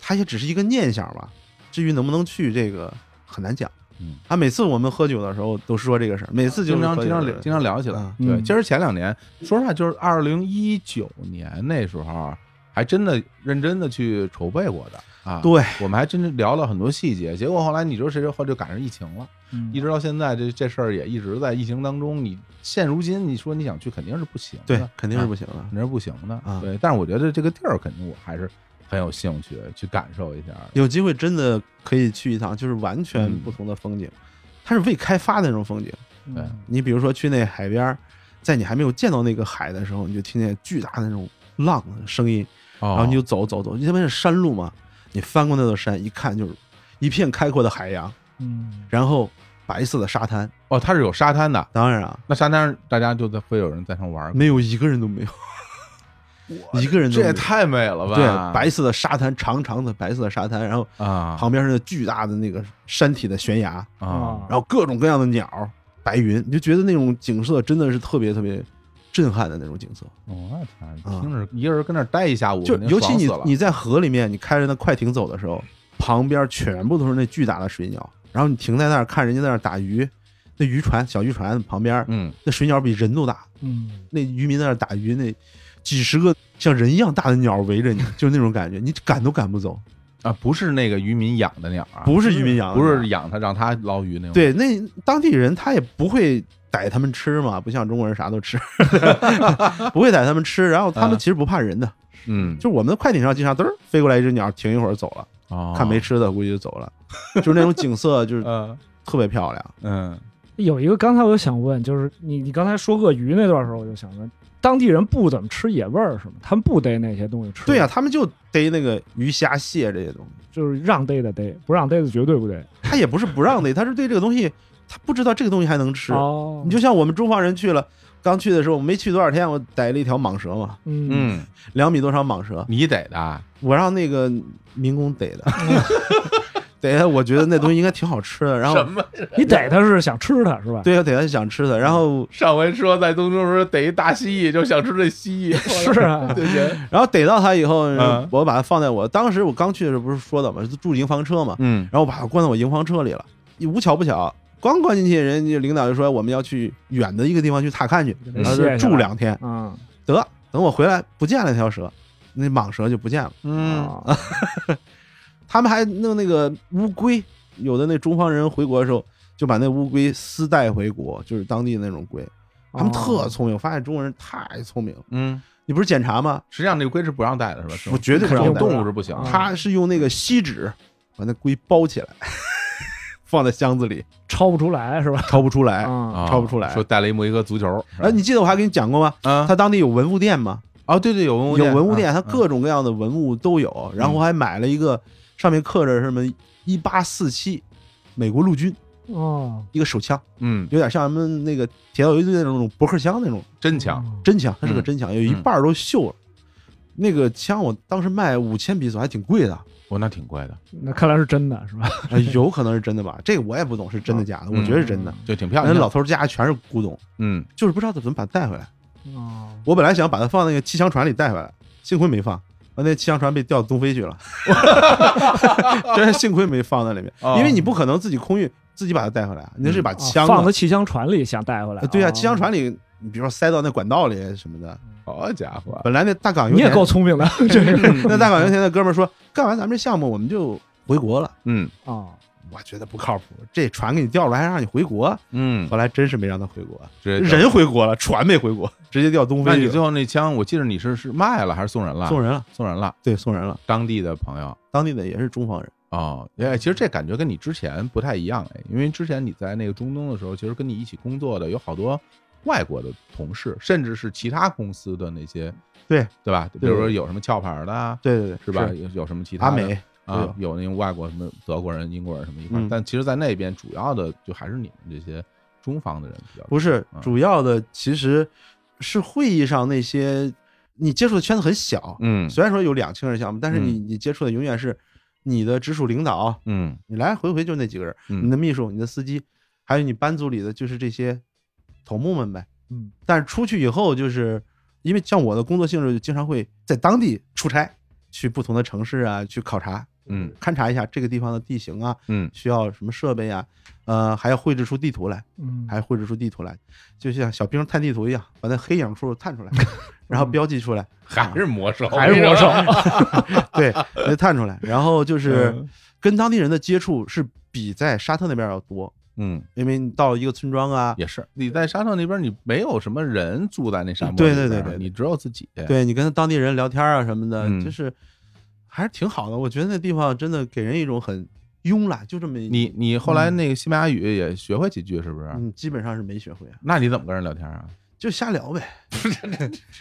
它也只是一个念想吧。至于能不能去，这个很难讲。嗯，啊，每次我们喝酒的时候都说这个事儿，每次就经是常喝经酒常的聊时候经常聊起来啊，对，嗯其实前两年说实话，就是二零一九年那时候，啊还真的认真的去筹备过的啊。对，我们还真是聊了很多细节，结果后来你说谁知道后就赶上疫情了，嗯一直到现在这这事儿也一直在疫情当中。你现如今你说你想去肯定是不行的，对，肯定是啊不行了。肯定是不行的啊对，但是我觉得这个地儿肯定我还是很有兴趣去感受一下的。有机会真的可以去一趟，就是完全嗯不同的风景，它是未开发的那种风景。嗯对你比如说去那海边儿，在你还没有见到那个海的时候，你就听见巨大的那种浪的声音，然然后你就走走走，因为那边是山路嘛，你翻过那座山，一看就是一片开阔的海洋，嗯然后白色的沙滩，哦，它是有沙滩的，当然啊，那沙滩上大家就在会有人在上玩儿，没有一个人都没有，一个人都这没有也太美了吧？嗯对白色的沙滩，长长的白色的沙滩，然后啊旁边是那巨大的那个山体的悬崖，啊，然后各种各样的鸟儿、白云，你就觉得那种景色真的是特别特别震撼的那种景色。我天，听着一个人跟那儿待一下午，就肯定尤其爽你死了你在河里面，你开着那快艇走的时候，旁边全部都是那巨大的水鸟，然后你停在那儿看人家在那儿打鱼，那渔船小渔船旁边，嗯那水鸟比人都大，嗯那渔民在那儿打鱼，那几十个像人一样大的鸟围着你，就是那种感觉，你赶都赶不走。啊，不是那个渔民养的鸟啊，不是渔民养的不鸟是养它让它捞鱼那种，对，那当地人他也不会逮他们吃嘛，不像中国人啥 [laughs] 都吃，不会逮他们吃。然后他们嗯其实不怕人的，嗯，就是我们的快艇上经常嘚儿飞过来一只鸟，停一会儿走了，哦看没吃的估计就走了，就是那种景色就是 [laughs] 嗯特别漂亮。嗯有一个刚才我就想问，就是你你刚才说鳄鱼那段时候，我就想问，当地人不怎么吃野味儿是吗？他们不逮那些东西吃？对啊呀、呀、他们就逮那个鱼虾蟹这些东西，就是让逮的逮，不让逮的绝对不逮。他也不是不让逮，他是对这个东西他不知道这个东西还能吃。哦，你就像我们中方人去了，刚去的时候我没去多少天，我逮了一条蟒蛇嘛，嗯嗯，两米多长蟒蛇，你逮的啊，我让那个民工逮的， [laughs] 逮他，我觉得那东西应该挺好吃的。然后什么？你逮它是想吃它是吧？对啊，逮他想吃的，然后上回说在东京时候逮一大蜥蜴，就想吃这蜥蜴，是啊，对不对？然后逮到他以后嗯，我把它放在我当时我刚去的时候不是说的嘛，住营房车嘛，嗯，然后我把它关到我营房车里了。无巧不巧，刚关进去，人家领导就说我们要去远的一个地方去踏看去，嗯然后就住两天，嗯得等我回来不见了那条蛇，那蟒蛇就不见了。嗯，啊他们还弄那个乌龟，有的那中方人回国的时候就把那乌龟私带回国，就是当地那种龟。哦他们特聪明，我发现中国人太聪明了。嗯，你不是检查吗？实际上那个龟是不让带的，是吧？我绝对这不让种带。动物是不行的，啊嗯他是用那个锡纸把那龟包起来， [laughs] 放在箱 [laughs] 子里，抄不出来是吧？掏不出来。啊，啊抄不出来说带了一墨西哥足球，哎，你记得我还给你讲过吗？啊他当地有文物店吗？哦，对对，有文物嗯有文物店，啊他各种各样的文物都有。然后我还买了一个，上面刻着什么一八四七美国陆军哦，一个手枪。嗯，有点像咱们那个铁道游击队那种驳壳枪那种真强，真枪，它是个嗯真枪，有一半儿都锈了。那个枪我当时卖五千比索，还挺贵的，我哦那挺贵的，嗯那看来是真的是吧？呃有可能是真的吧？这个我也不懂是真的假的，嗯我觉得是真的。就挺漂亮人的。老头家全是古董，嗯，就是不知道怎么把它带回来。哦，我本来想把它放那个气枪船里带回来，幸亏没放，完那气象船被调东非去了， [laughs] 真幸亏没放在里面，哦嗯因为你不可能自己空运自己把它带回来，你那是一把啊枪放啊到。气象船里想带回来呃。对啊，啊，气象船里，你比如说塞到那管道里什么的，好家伙，本来那大港油你也田够，聪明 [laughs] 的，真是那大港油田的哥们儿说，干完咱们这项目我们就回国了。嗯啊。我觉得不靠谱，这船给你调了还让你回国，嗯，后来真是没让他回国，这人回国了，船没回国，直接调东那非你去最了，后那枪，我记得你是是卖了还是送人了？送人了，送人了，对，送人了，当地的朋友当地的也是中方人，哦。嗯哎，其实这感觉跟你之前不太一样哎，因为之前你在那个中东的时候，其实跟你一起工作的有好多外国的同事，甚至是其他公司的那些，对对吧？比如说有什么壳牌儿的啊，对对对，是吧？？有有什么其他阿的美，啊，有那种外国什么德国人、英国人什么一块儿，嗯但其实，在那边主要的就还是你们这些中方的人比较多。不是嗯主要的，其实是会议上那些你接触的圈子很小，嗯虽然说有两千人项目，但是你你接触的永远是你的直属领导，嗯你来来回回就那几个人，嗯你的秘书、你的司机，还有你班组里的就是这些头目们呗。嗯，但是出去以后，就是因为像我的工作性质，就经常会在当地出差，去不同的城市啊，去考察，嗯，勘察一下这个地方的地形啊，嗯需要什么设备啊，呃，还要绘制出地图来。嗯，还绘制出地图来，就像小兵探地图一样，把那黑影 [laughs] 处探出来，然后标记出来，啊还嗯是魔兽，还是 [laughs] 我手， [laughs] 对，那探出来，然嗯后就是跟当地人的接触是比在沙特那边要多，嗯，因为你到一个村庄啊，也是。你在沙特那边，你没有什么人住在那沙漠对里边儿，对对对对你只有自己。，对你跟当地人聊天啊什么的，嗯就是还是挺好的。我觉得那地方真的给人一种很慵懒，就这么一你你后来那个西班牙语也学会几句，是不是？嗯，基本上是没学会啊，那你怎么跟人聊天啊？就瞎聊呗。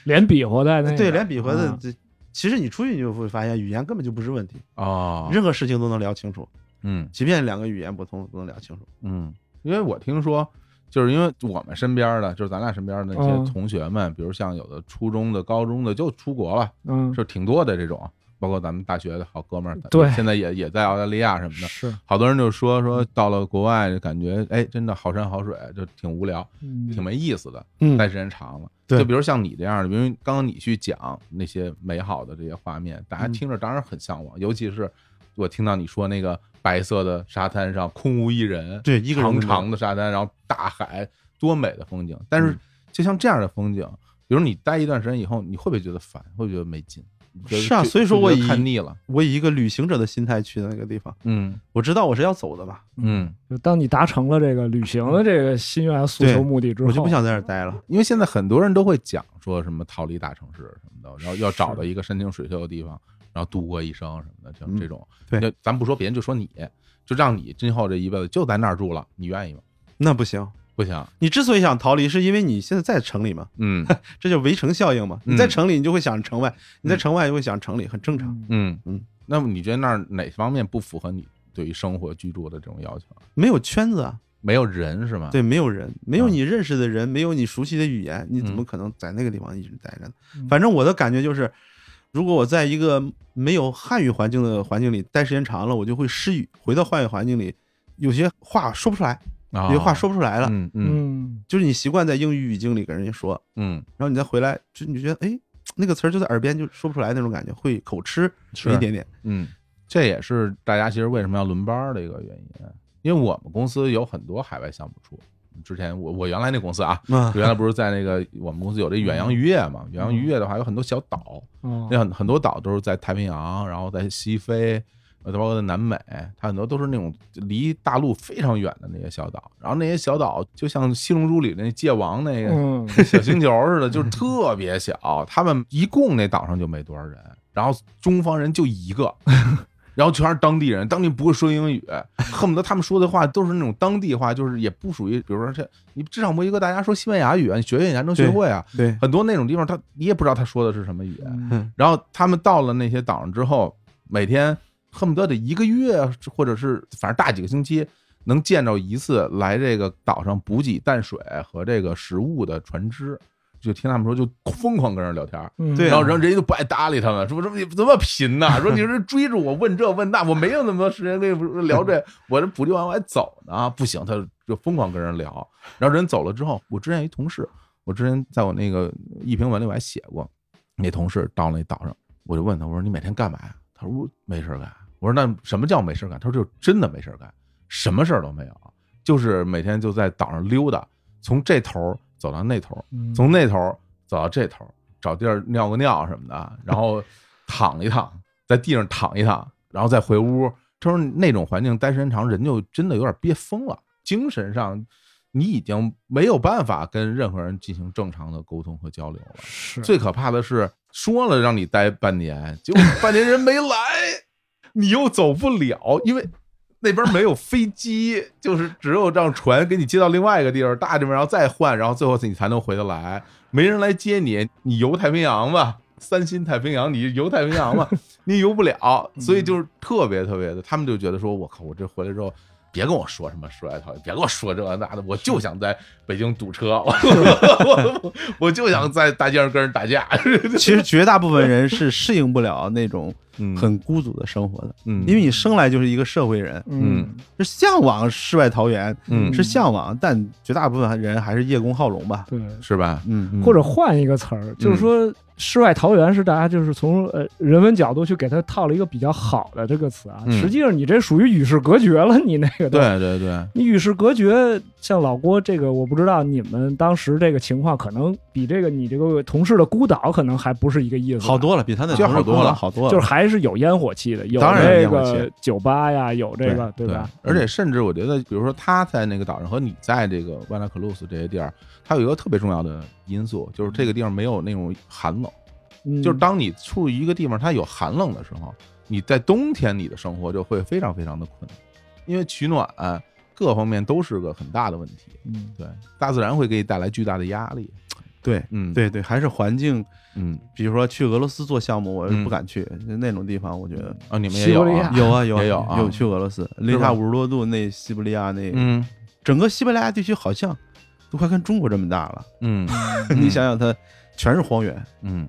连比划带那个对，连比划嗯的啊，这其实你出去你就会发现，语言根本就不是问题，哦，任何事情都能聊清楚，嗯即便两个语言不通都能聊清楚。嗯，因为我听说。就是因为我们身边的，就是咱俩身边的那嗯些同学们，比如像有的初中的、高中的就出国了，嗯，就挺多的这种，包括咱们大学的好哥们儿，对现在也也在澳大利亚什么的，是，好多人就说嗯说到了国外就感觉哎，真的好山好水，就挺无聊，嗯挺没意思的，嗯待时间长了。对就比如像你这样的，因为刚刚你去讲那些美好的这些画面，大家嗯听着当然很向往，尤其是我听到你说那个白色的沙滩上空无一人，对一个人长都没有长的沙滩，然后大海，多美的风景。但是嗯就像这样的风景，比如你待一段时间以后，你会不会觉得烦？会不会觉得没劲？你觉得是啊就所以说我就觉得以看腻了。我以一个旅行者的心态去的那个地方，嗯我知道我是要走的嘛，嗯，就当你达成了这个旅行的这个心愿、诉求、对目的之后，我哦就不想在这儿待了。因为现在很多人都会讲说什么逃离大城市什么的，然后要找到一个山清水秀的地方，然后度过一生什么的，像嗯这种。对那咱不说别人，就说你，就让你今后这一辈子就在那儿住了，你愿意吗？那不行，不行，你之所以想逃离，是因为你现在在城里嘛， [laughs] 嗯这叫围城效应嘛。嗯你在城里，你就会想城外；你在城外，就会想城里，很正常。嗯嗯嗯。那么你觉得那儿哪方面不符合你对于生活居住的这种要求啊？没有圈子啊，没有人是吗？，对，没有人，没有嗯你认识的人，没有你熟悉的语言，你怎么嗯可能在那个地方一直待着呢嗯？反正我的感觉就是，如果我在一个没有汉语环境的环境里待时间长了，我就会失语。回到汉语环境里，有些话说不出来，有些话说不出来了。嗯嗯嗯，就是你习惯在英语语境里跟人家说，嗯，然后你再回来，就你就觉得哎，那个词儿就在耳边就说不出来那种感觉，会口吃是一点点。嗯，这也是大家其实为什么要轮班儿的一个原因，因为我们公司有很多海外项目处。之前我我原来那公司啊，啊，原来不是在那个我们公司有这远洋渔业嘛？远洋渔业的话有很多小岛，嗯哦啊那很很多岛都是在太平洋，然后在西非，呃，包括在南美，它很多都是那种离大陆非常远的那些小岛。然后那些小岛就像《七龙珠》里那界王那个、 [laughs] 嗯， [laughs] 小星球似的，就是特别小。他们一共那岛上就没多少人，然后中方人就一个， [laughs] 然后全是当地人，当地不会说英语，恨不得他们说的话都是那种当地话，就是也不属于，比如说这你至少墨西哥大家说西班牙语啊，你学学你还能学会啊。 [laughs] 对，很多那种地方他你也不知道他说的是什么语言。嗯然后他们到了那些岛上之后，每天恨不得得一个月，或者是反正大几个星期。能见着一次来这个岛上补给淡水和这个食物的船只，就听他们说就疯狂跟人聊天儿，嗯对啊然后人人家就不爱搭理他们，说说你怎么贫呢？说你是追着我问这问那，我没有那么多时间跟你聊这，我这补救完我还走呢，啊不行，他就疯狂跟人聊。然后人走了之后，我之前有一同事，我之前在我那个一评文里我还写过，那同事到那岛上我就问他，我说你每天干嘛呀？他说我没事儿干。我说那什么叫没事儿干？他说就真的没事儿干，什么事儿都没有，就是每天就在岛上溜达，从这头儿走到那头儿，嗯从那头儿走到这头儿，找地儿尿个尿什么的，然后躺一躺，在地上躺一躺，然后再回屋。他说那种环境待时间长，人就真的有点憋疯了，精神上你已经没有办法跟任何人进行正常的沟通和交流了。是最可怕的是，说了让你待半年，结果半年人没来，你又走不了，因为那边没有飞机，就是只有让船给你接到另外一个地儿，大地方，然后再换，然后最后你才能回得来。没人来接你，你游太平洋吧，三星太平洋，你游太平洋吧，你游不了，所以就是特别特别的，他们就觉得说，我靠，我这回来之后。别跟我说什么世外桃源，别跟我说这那的，我就想在北京堵车， [laughs] 我我我我就想在大街上跟人打架。其实绝大部分人是适应不了那种嗯很孤独的生活的，嗯因为你生来就是一个社会人，嗯是向往世外桃源，嗯是向往，但绝大部分人还是叶公好龙吧，对。是吧？嗯，或者换一个词儿，就是说“世外桃源”是大家就是从呃人文角度去给它套了一个比较好的这个词啊。嗯实际上你这属于与世隔绝了，你那个东西对对对，你与世隔绝，像老郭这个，我不知道你们当时这个情况，可能比这个你这个同事的孤岛可能还不是一个意思。啊好，多了，比他那这同事好多空了好多了，就是还是有烟火气的，有嗯当然有这烟火个酒吧呀，有这个对对吧？嗯而且甚至我觉得，比如说他在那个岛上和你在这个万达克鲁斯这些地儿，它有一个特别重要的因素，就是这个地方没有那种寒冷。嗯就是当你处于一个地方它有寒冷的时候，你在冬天你的生活就会非常非常的困难，因为取暖各方面都是个很大的问题。嗯对，大自然会给你带来巨大的压力。对嗯，，对对，还是环境，嗯，比如说去俄罗斯做项目，我嗯不敢去那种地方，我觉得啊，你们西也有伯利啊亚有啊有啊也有啊有去俄罗斯，零下五十多度那西伯利亚那嗯整个西伯利亚地区好像都快跟中国这么大了，嗯，你想想它全是荒原，嗯，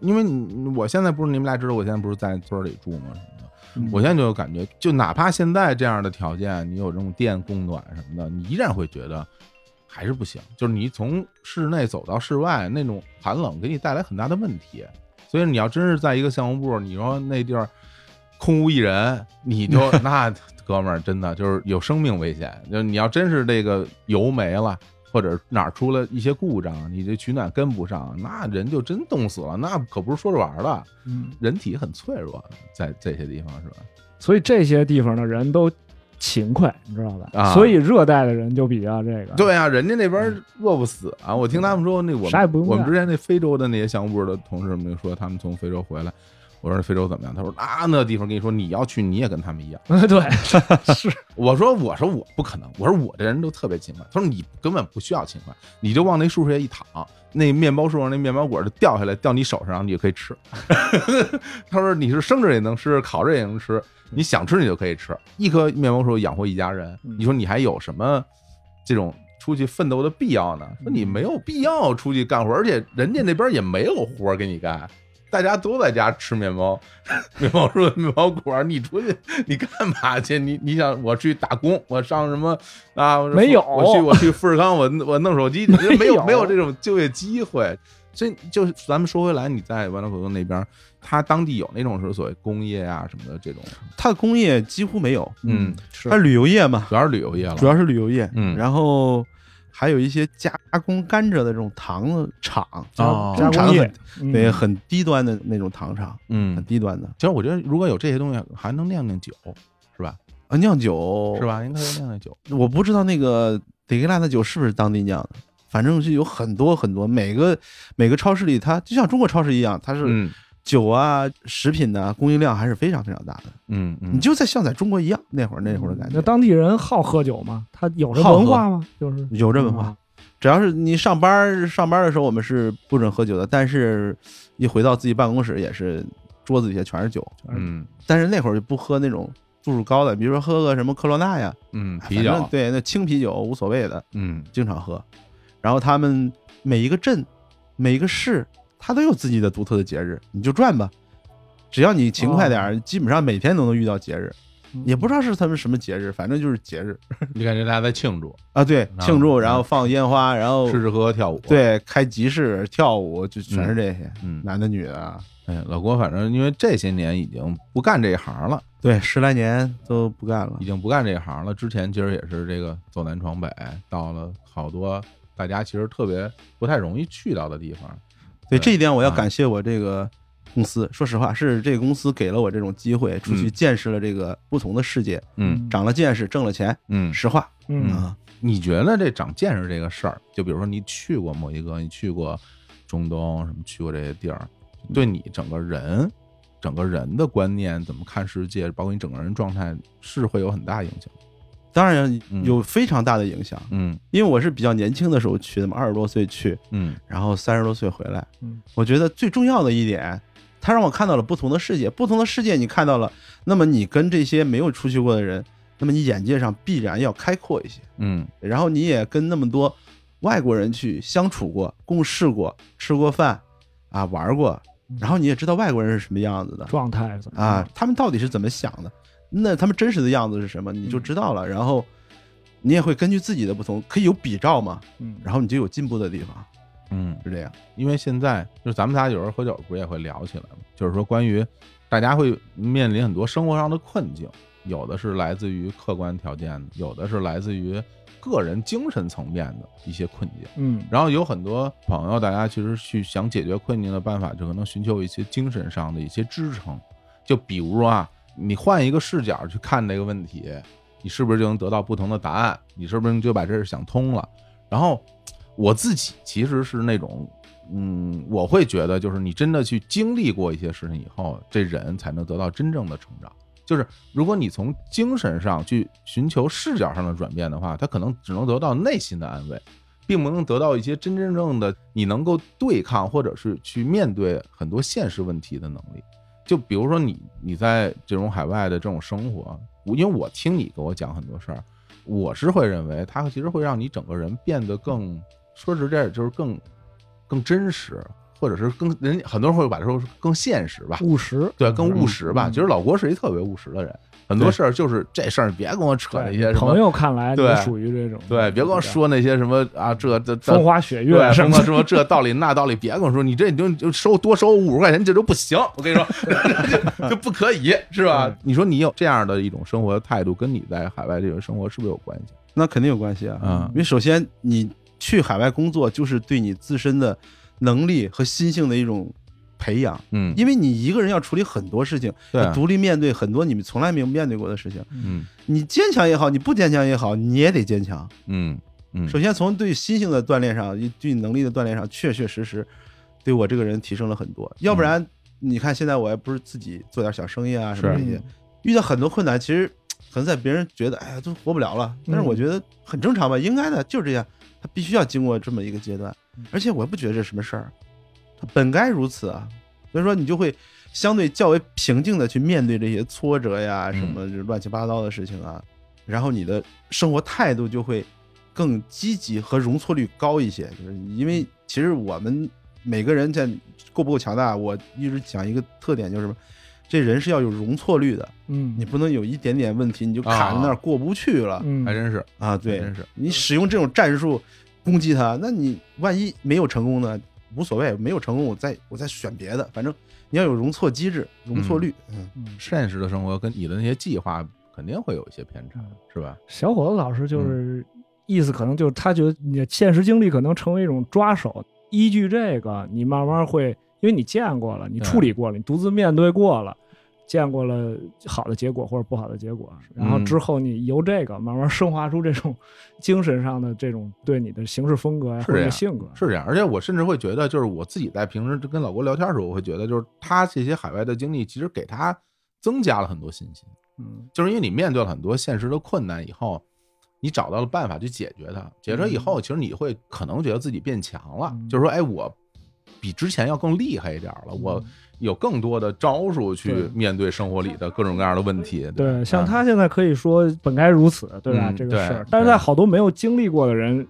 因为你我现在不是你们俩知道，我现在不是在村儿里住吗？什么的，嗯我现在就有感觉，就哪怕现在这样的条件，你有这种电供暖什么的，你依然会觉得还是不行。就是你从室内走到室外，那种寒冷给你带来很大的问题。所以你要真是在一个项目部，你说那地儿空无一人，你就那哥们儿真的就是有生命危险。就是你要真是这个油没了。或者哪儿出了一些故障，你这取暖跟不上，那人就真冻死了。那可不是说着玩儿的，嗯，人体很脆弱，在这些地方是吧？所以这些地方的人都勤快，你知道吧？啊所以热带的人就比较这个，对啊，人家那边饿不死啊！我听他们说，那我啥也不们用我们干之前那非洲的那些项目部的同事们就说，他们从非洲回来，我说非洲怎么样？他说啊，那地方跟你说你要去，你也跟他们一样。 [laughs] 对对是，我说我说我不可能，我说我这人都特别勤快。他说你根本不需要勤快，你就往那树上一躺，那面包树上那面包果就掉下来，掉你手上，然后你就可以吃。 [laughs] 他说你是生着也能吃，烤着也能吃，你想吃你就可以吃。一棵面包树养活一家人，嗯你说你还有什么这种出去奋斗的必要呢？说你没有必要出去干活，而且人家那边也没有活儿给你干。大家都在家吃面包， [laughs] 面包树、面包果儿，你出去 [laughs] 你干嘛去？你你想我去打工，我上什么啊？我没有我去我去富士康，我我弄手机，没没有没有这种就业机会。所以就是咱们说回来，你在万达口东那边，它当地有那种是所谓工业啊什么的这种，它的工业几乎没有，嗯，是它，旅游业嘛，主要是旅游业了主。要是旅游业，嗯然后还有一些加工甘蔗的这种糖的厂，哦加产工业很，嗯对，很低端的那种糖厂，嗯很，低端的其实我觉得如果有这些东西，还能酿酿酒，是吧？啊，酿酒是？吧？应该能酿酿酒。我不知道那个德格拉的酒是不是当地酿的。反正是有很多很多，每个每个超市里它，就像中国超市一样，它是嗯酒啊、食品的、供应量还是非常非常大的。嗯嗯，你就在像在中国一样那会儿那会儿的感那觉。当地人好喝酒吗？他有这好喝文化吗？就是有这文化，，只要是你上班儿上班儿的时候，我们是不准喝酒的，但是一回到自己办公室，也是桌子底下全是酒。嗯但是那会儿就不喝那种度数高的，比如说喝个什么科罗娜呀，嗯反啤正酒，对，那清啤酒无所谓的，嗯经常喝。然后他们每一个镇、每一个市，它都有自己的哦独特的节日，你就转吧。只要你勤快点儿，基本上每天都能遇到节日。嗯也不知道是他们什么节日，反正就是节日 [laughs] 你感觉大家在庆祝，啊，对，后庆祝，然后放烟花，然后吃吃喝喝跳舞。，对开集市、跳舞，就全是这些，嗯男的女的啊，哎，老郭反正因为这些年已经不干这一行了，对，十来年都不干了已，经不干这一行了。之前其实也是这个走南闯北，到了好多大家其实特别不太容易去到的地方。对对这一点，我要啊感谢我这个公司。说实话，是这个公司给了我这种机会，出去嗯见识了这个不同的世界，嗯长了见识，挣了钱。嗯，实话嗯啊，你觉得这长见识这个事儿，就比如说你去过墨西哥，你去过中东，什么去过这些地儿，对你整个人、整个人的观念怎么看世界，包括你整个人状态，是会有很大影响。当然嗯有非常大的影响。嗯因为我是比较年轻的时候去的嘛，二十多岁去，嗯然后三十多岁回来嗯。我觉得最重要的一点，它让我看到了不同的世界，不同的世界你看到了，那么你跟这些没有出去过的人，那么你眼界上必然要开阔一些。嗯然后你也跟那么多外国人去相处过、共事过、吃过饭啊、玩过，然后你也知道外国人是什么样子的状态怎么样啊，，他们到底是怎么想的，那他们真实的样子是什么，你就知道了。然后你也会根据自己的不同，可以有比照嘛，嗯，然后你就有进步的地方，嗯，是这样。因为现在就是咱们仨有时候喝酒不也会聊起来吗？就是说关于大家会面临很多生活上的困境，有的是来自于客观条件的，有的是来自于个人精神层面的一些困境。嗯然后有很多朋友，大家其实去想解决困境的办法，就可能寻求一些精神上的一些支撑。就比如说啊，你换一个视角去看这个问题，你是不是就能得到不同的答案？你是不是就把这事想通了？然后我自己其实是那种，嗯，我会觉得就是你真的去经历过一些事情以后，这人才能得到真正的成长。就是如果你从精神上去寻求视角上的转变的话，他可能只能得到内心的安慰。并不能得到一些真真正的你能够对抗或者是去面对很多现实问题的能力。就比如说你你在这种海外的这种生活，我因为我听你给我讲很多事儿，我是会认为它其实会让你整个人变得更说实在就是更更真实，或者是更人很多人会把这说是更现实吧，务实，对，更务实吧。嗯其实老郭是一特别务实的人，很多对事儿就是这事儿你别跟我扯那些什朋么。友看来，对你属于这种，对，别跟我说那些什么啊，这这这风花雪月对，什什么么说这道理那道理，别跟我说，你这你就就收多收五十块钱，这都不行。我跟你说， [laughs] 就 [laughs] 就不可以，是吧嗯？你说你有这样的一种生活态度，跟你在海外这个生活是不是有关系？那肯定有关系啊，嗯因为首先你去海外工作，就是对你自身的能力和心性的一种培养，嗯因为你一个人要处理很多事情，对啊要独立面对很多你们从来没有面对过的事情。嗯你坚强也好，你不坚强也好，你也得坚强。嗯嗯首先从对心性的锻炼上，一对能力的锻炼上，确确实实对我这个人提升了很多。嗯要不然，你看现在我也不是自己做点小生意啊什么是这些，遇到很多困难，其实嗯可能在别人觉得哎呀都活不了了，嗯但是我觉得很正常吧，应该的，就是这样。他必须要经过这么一个阶段嗯，而且我也不觉得这是什么事儿，他本该如此啊。所以说你就会相对较为平静的去面对这些挫折呀，什么这乱七八糟的事情啊，然后你的生活态度就会更积极和容错率高一些。就是因为其实我们每个人在够不够强大，我一直讲一个特点就是什么，这人是要有容错率的，嗯，你不能有一点点问题你就卡在那啊儿过不去了嗯还真是，啊！对还，真是，你使用这种战术攻击他，那你万一没有成功呢？无所谓，没有成功，我再我再选别的，反正你要有容错机制、容错率。嗯，嗯现实的生活跟你的那些计划肯定会有一些偏差，是吧？小伙子老师嗯就是意思，可能就是他觉得你的现实经历可能成为一种抓手，依据这个，你慢慢会，因为你见过了，你对处理过了，你独自面对过了，见过了好的结果或者不好的结果，然后嗯之后你由这个慢慢升华出这种精神上的这种对你的行事风格呀是或这者样性格，是这样，而且我甚至会觉得，就是我自己在平时跟老郭聊天的时候，我会觉得，就是他这些海外的经历，其实给他增加了很多信心。嗯就是因为你面对了很多现实的困难以后，你找到了办法去解决它。解决以后，其实你会可能觉得自己变强了，嗯就是说，哎，我比之前要更厉害一点了，我有更多的招数去嗯对面对生活里的各种各样的问题。吧对，像啊他现在可以说本该如此，对吧？嗯这个事儿对，但对是在好多没有经历过的人，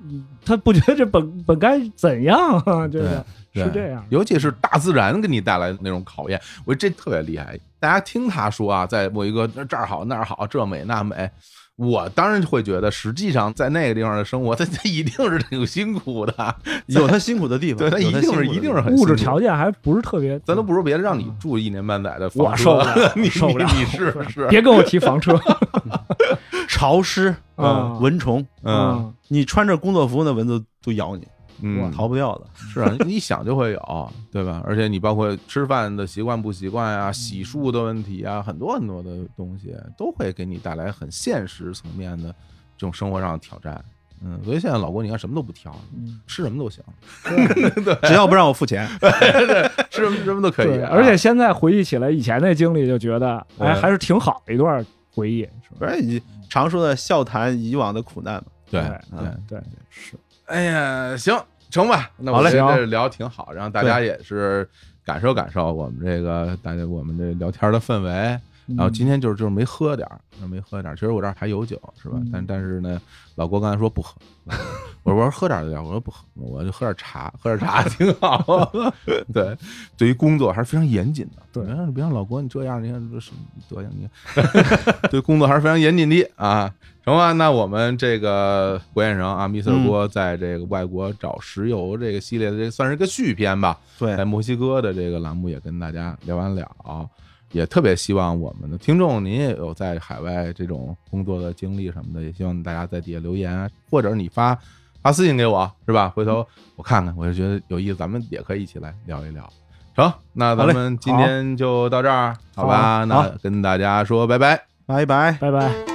他不觉得这本本该怎样啊？这对 [laughs] 个对是这样尤其是大自然给你带来的那种考验，我觉得这特别厉害。大家听他说啊，在墨西哥那这儿好那儿好，这美那美，我当然会觉得，实际上在那个地方的生活，他他一定是挺辛苦的， [laughs] 有他辛苦的地方，对他有一定辛苦是的一地定方是很物质辛苦条件还不是特别，咱都不如别让你住一年半载的房嗯我车受不 [laughs]，了你受不了，你你是受不了 [laughs] 是别跟我提 [laughs] 房车潮湿呃啊蚊虫，嗯，你穿着工作服，那蚊子都咬你，嗯，逃不掉的。是啊，你一想就会有，对吧？而且你包括吃饭的习惯不习惯啊，洗漱的问题啊，很多很多的东西都会给你带来很现实层面的这种生活上的挑战。嗯，所以现在老郭，你看什么都不挑，嗯吃什么 [laughs] 都行， [laughs] [laughs] 只要不让我付钱， [laughs] 吃什么什么都可以对啊、而且现在回忆起来以前那经历，就觉得哎，嗯还是挺好的一段回忆，是吧？不是你常说的笑谈以往的苦难嘛。对嗯对，对对，是哎呀，行成吧，那好我嘞们这行聊挺好，让大家也是感受感受我们这个大家我们这聊天的氛围。然后嗯今天就是就是没喝点儿，没喝点儿。其实我这儿还有酒，是吧嗯？但但是呢，老郭刚才说不喝，我说我说喝点儿就点儿，我说不喝，我就喝点儿茶，喝点儿茶 [laughs] 挺好。对，对于工作还是非常严谨的。对别让别让老郭你这样，你看这什么德行？你看， [laughs] 对工作还是非常严谨的啊。成吧，那我们这个郭先生啊，Mr. 嗯郭在这个外国找石油这个系列的这算是个续篇吧，对在，墨西哥的这个栏目也跟大家聊完了，也特别希望我们的听众，您也有在海外这种工作的经历什么的，也希望大家在底下留言，啊或者你发发私信给我，是吧？回嗯头我看看，我就觉得有意思，咱们也可以一起来聊一聊。成，那咱好嘞们今天就到这儿，好吧？好那跟大家说拜拜。拜拜。嗯拜拜。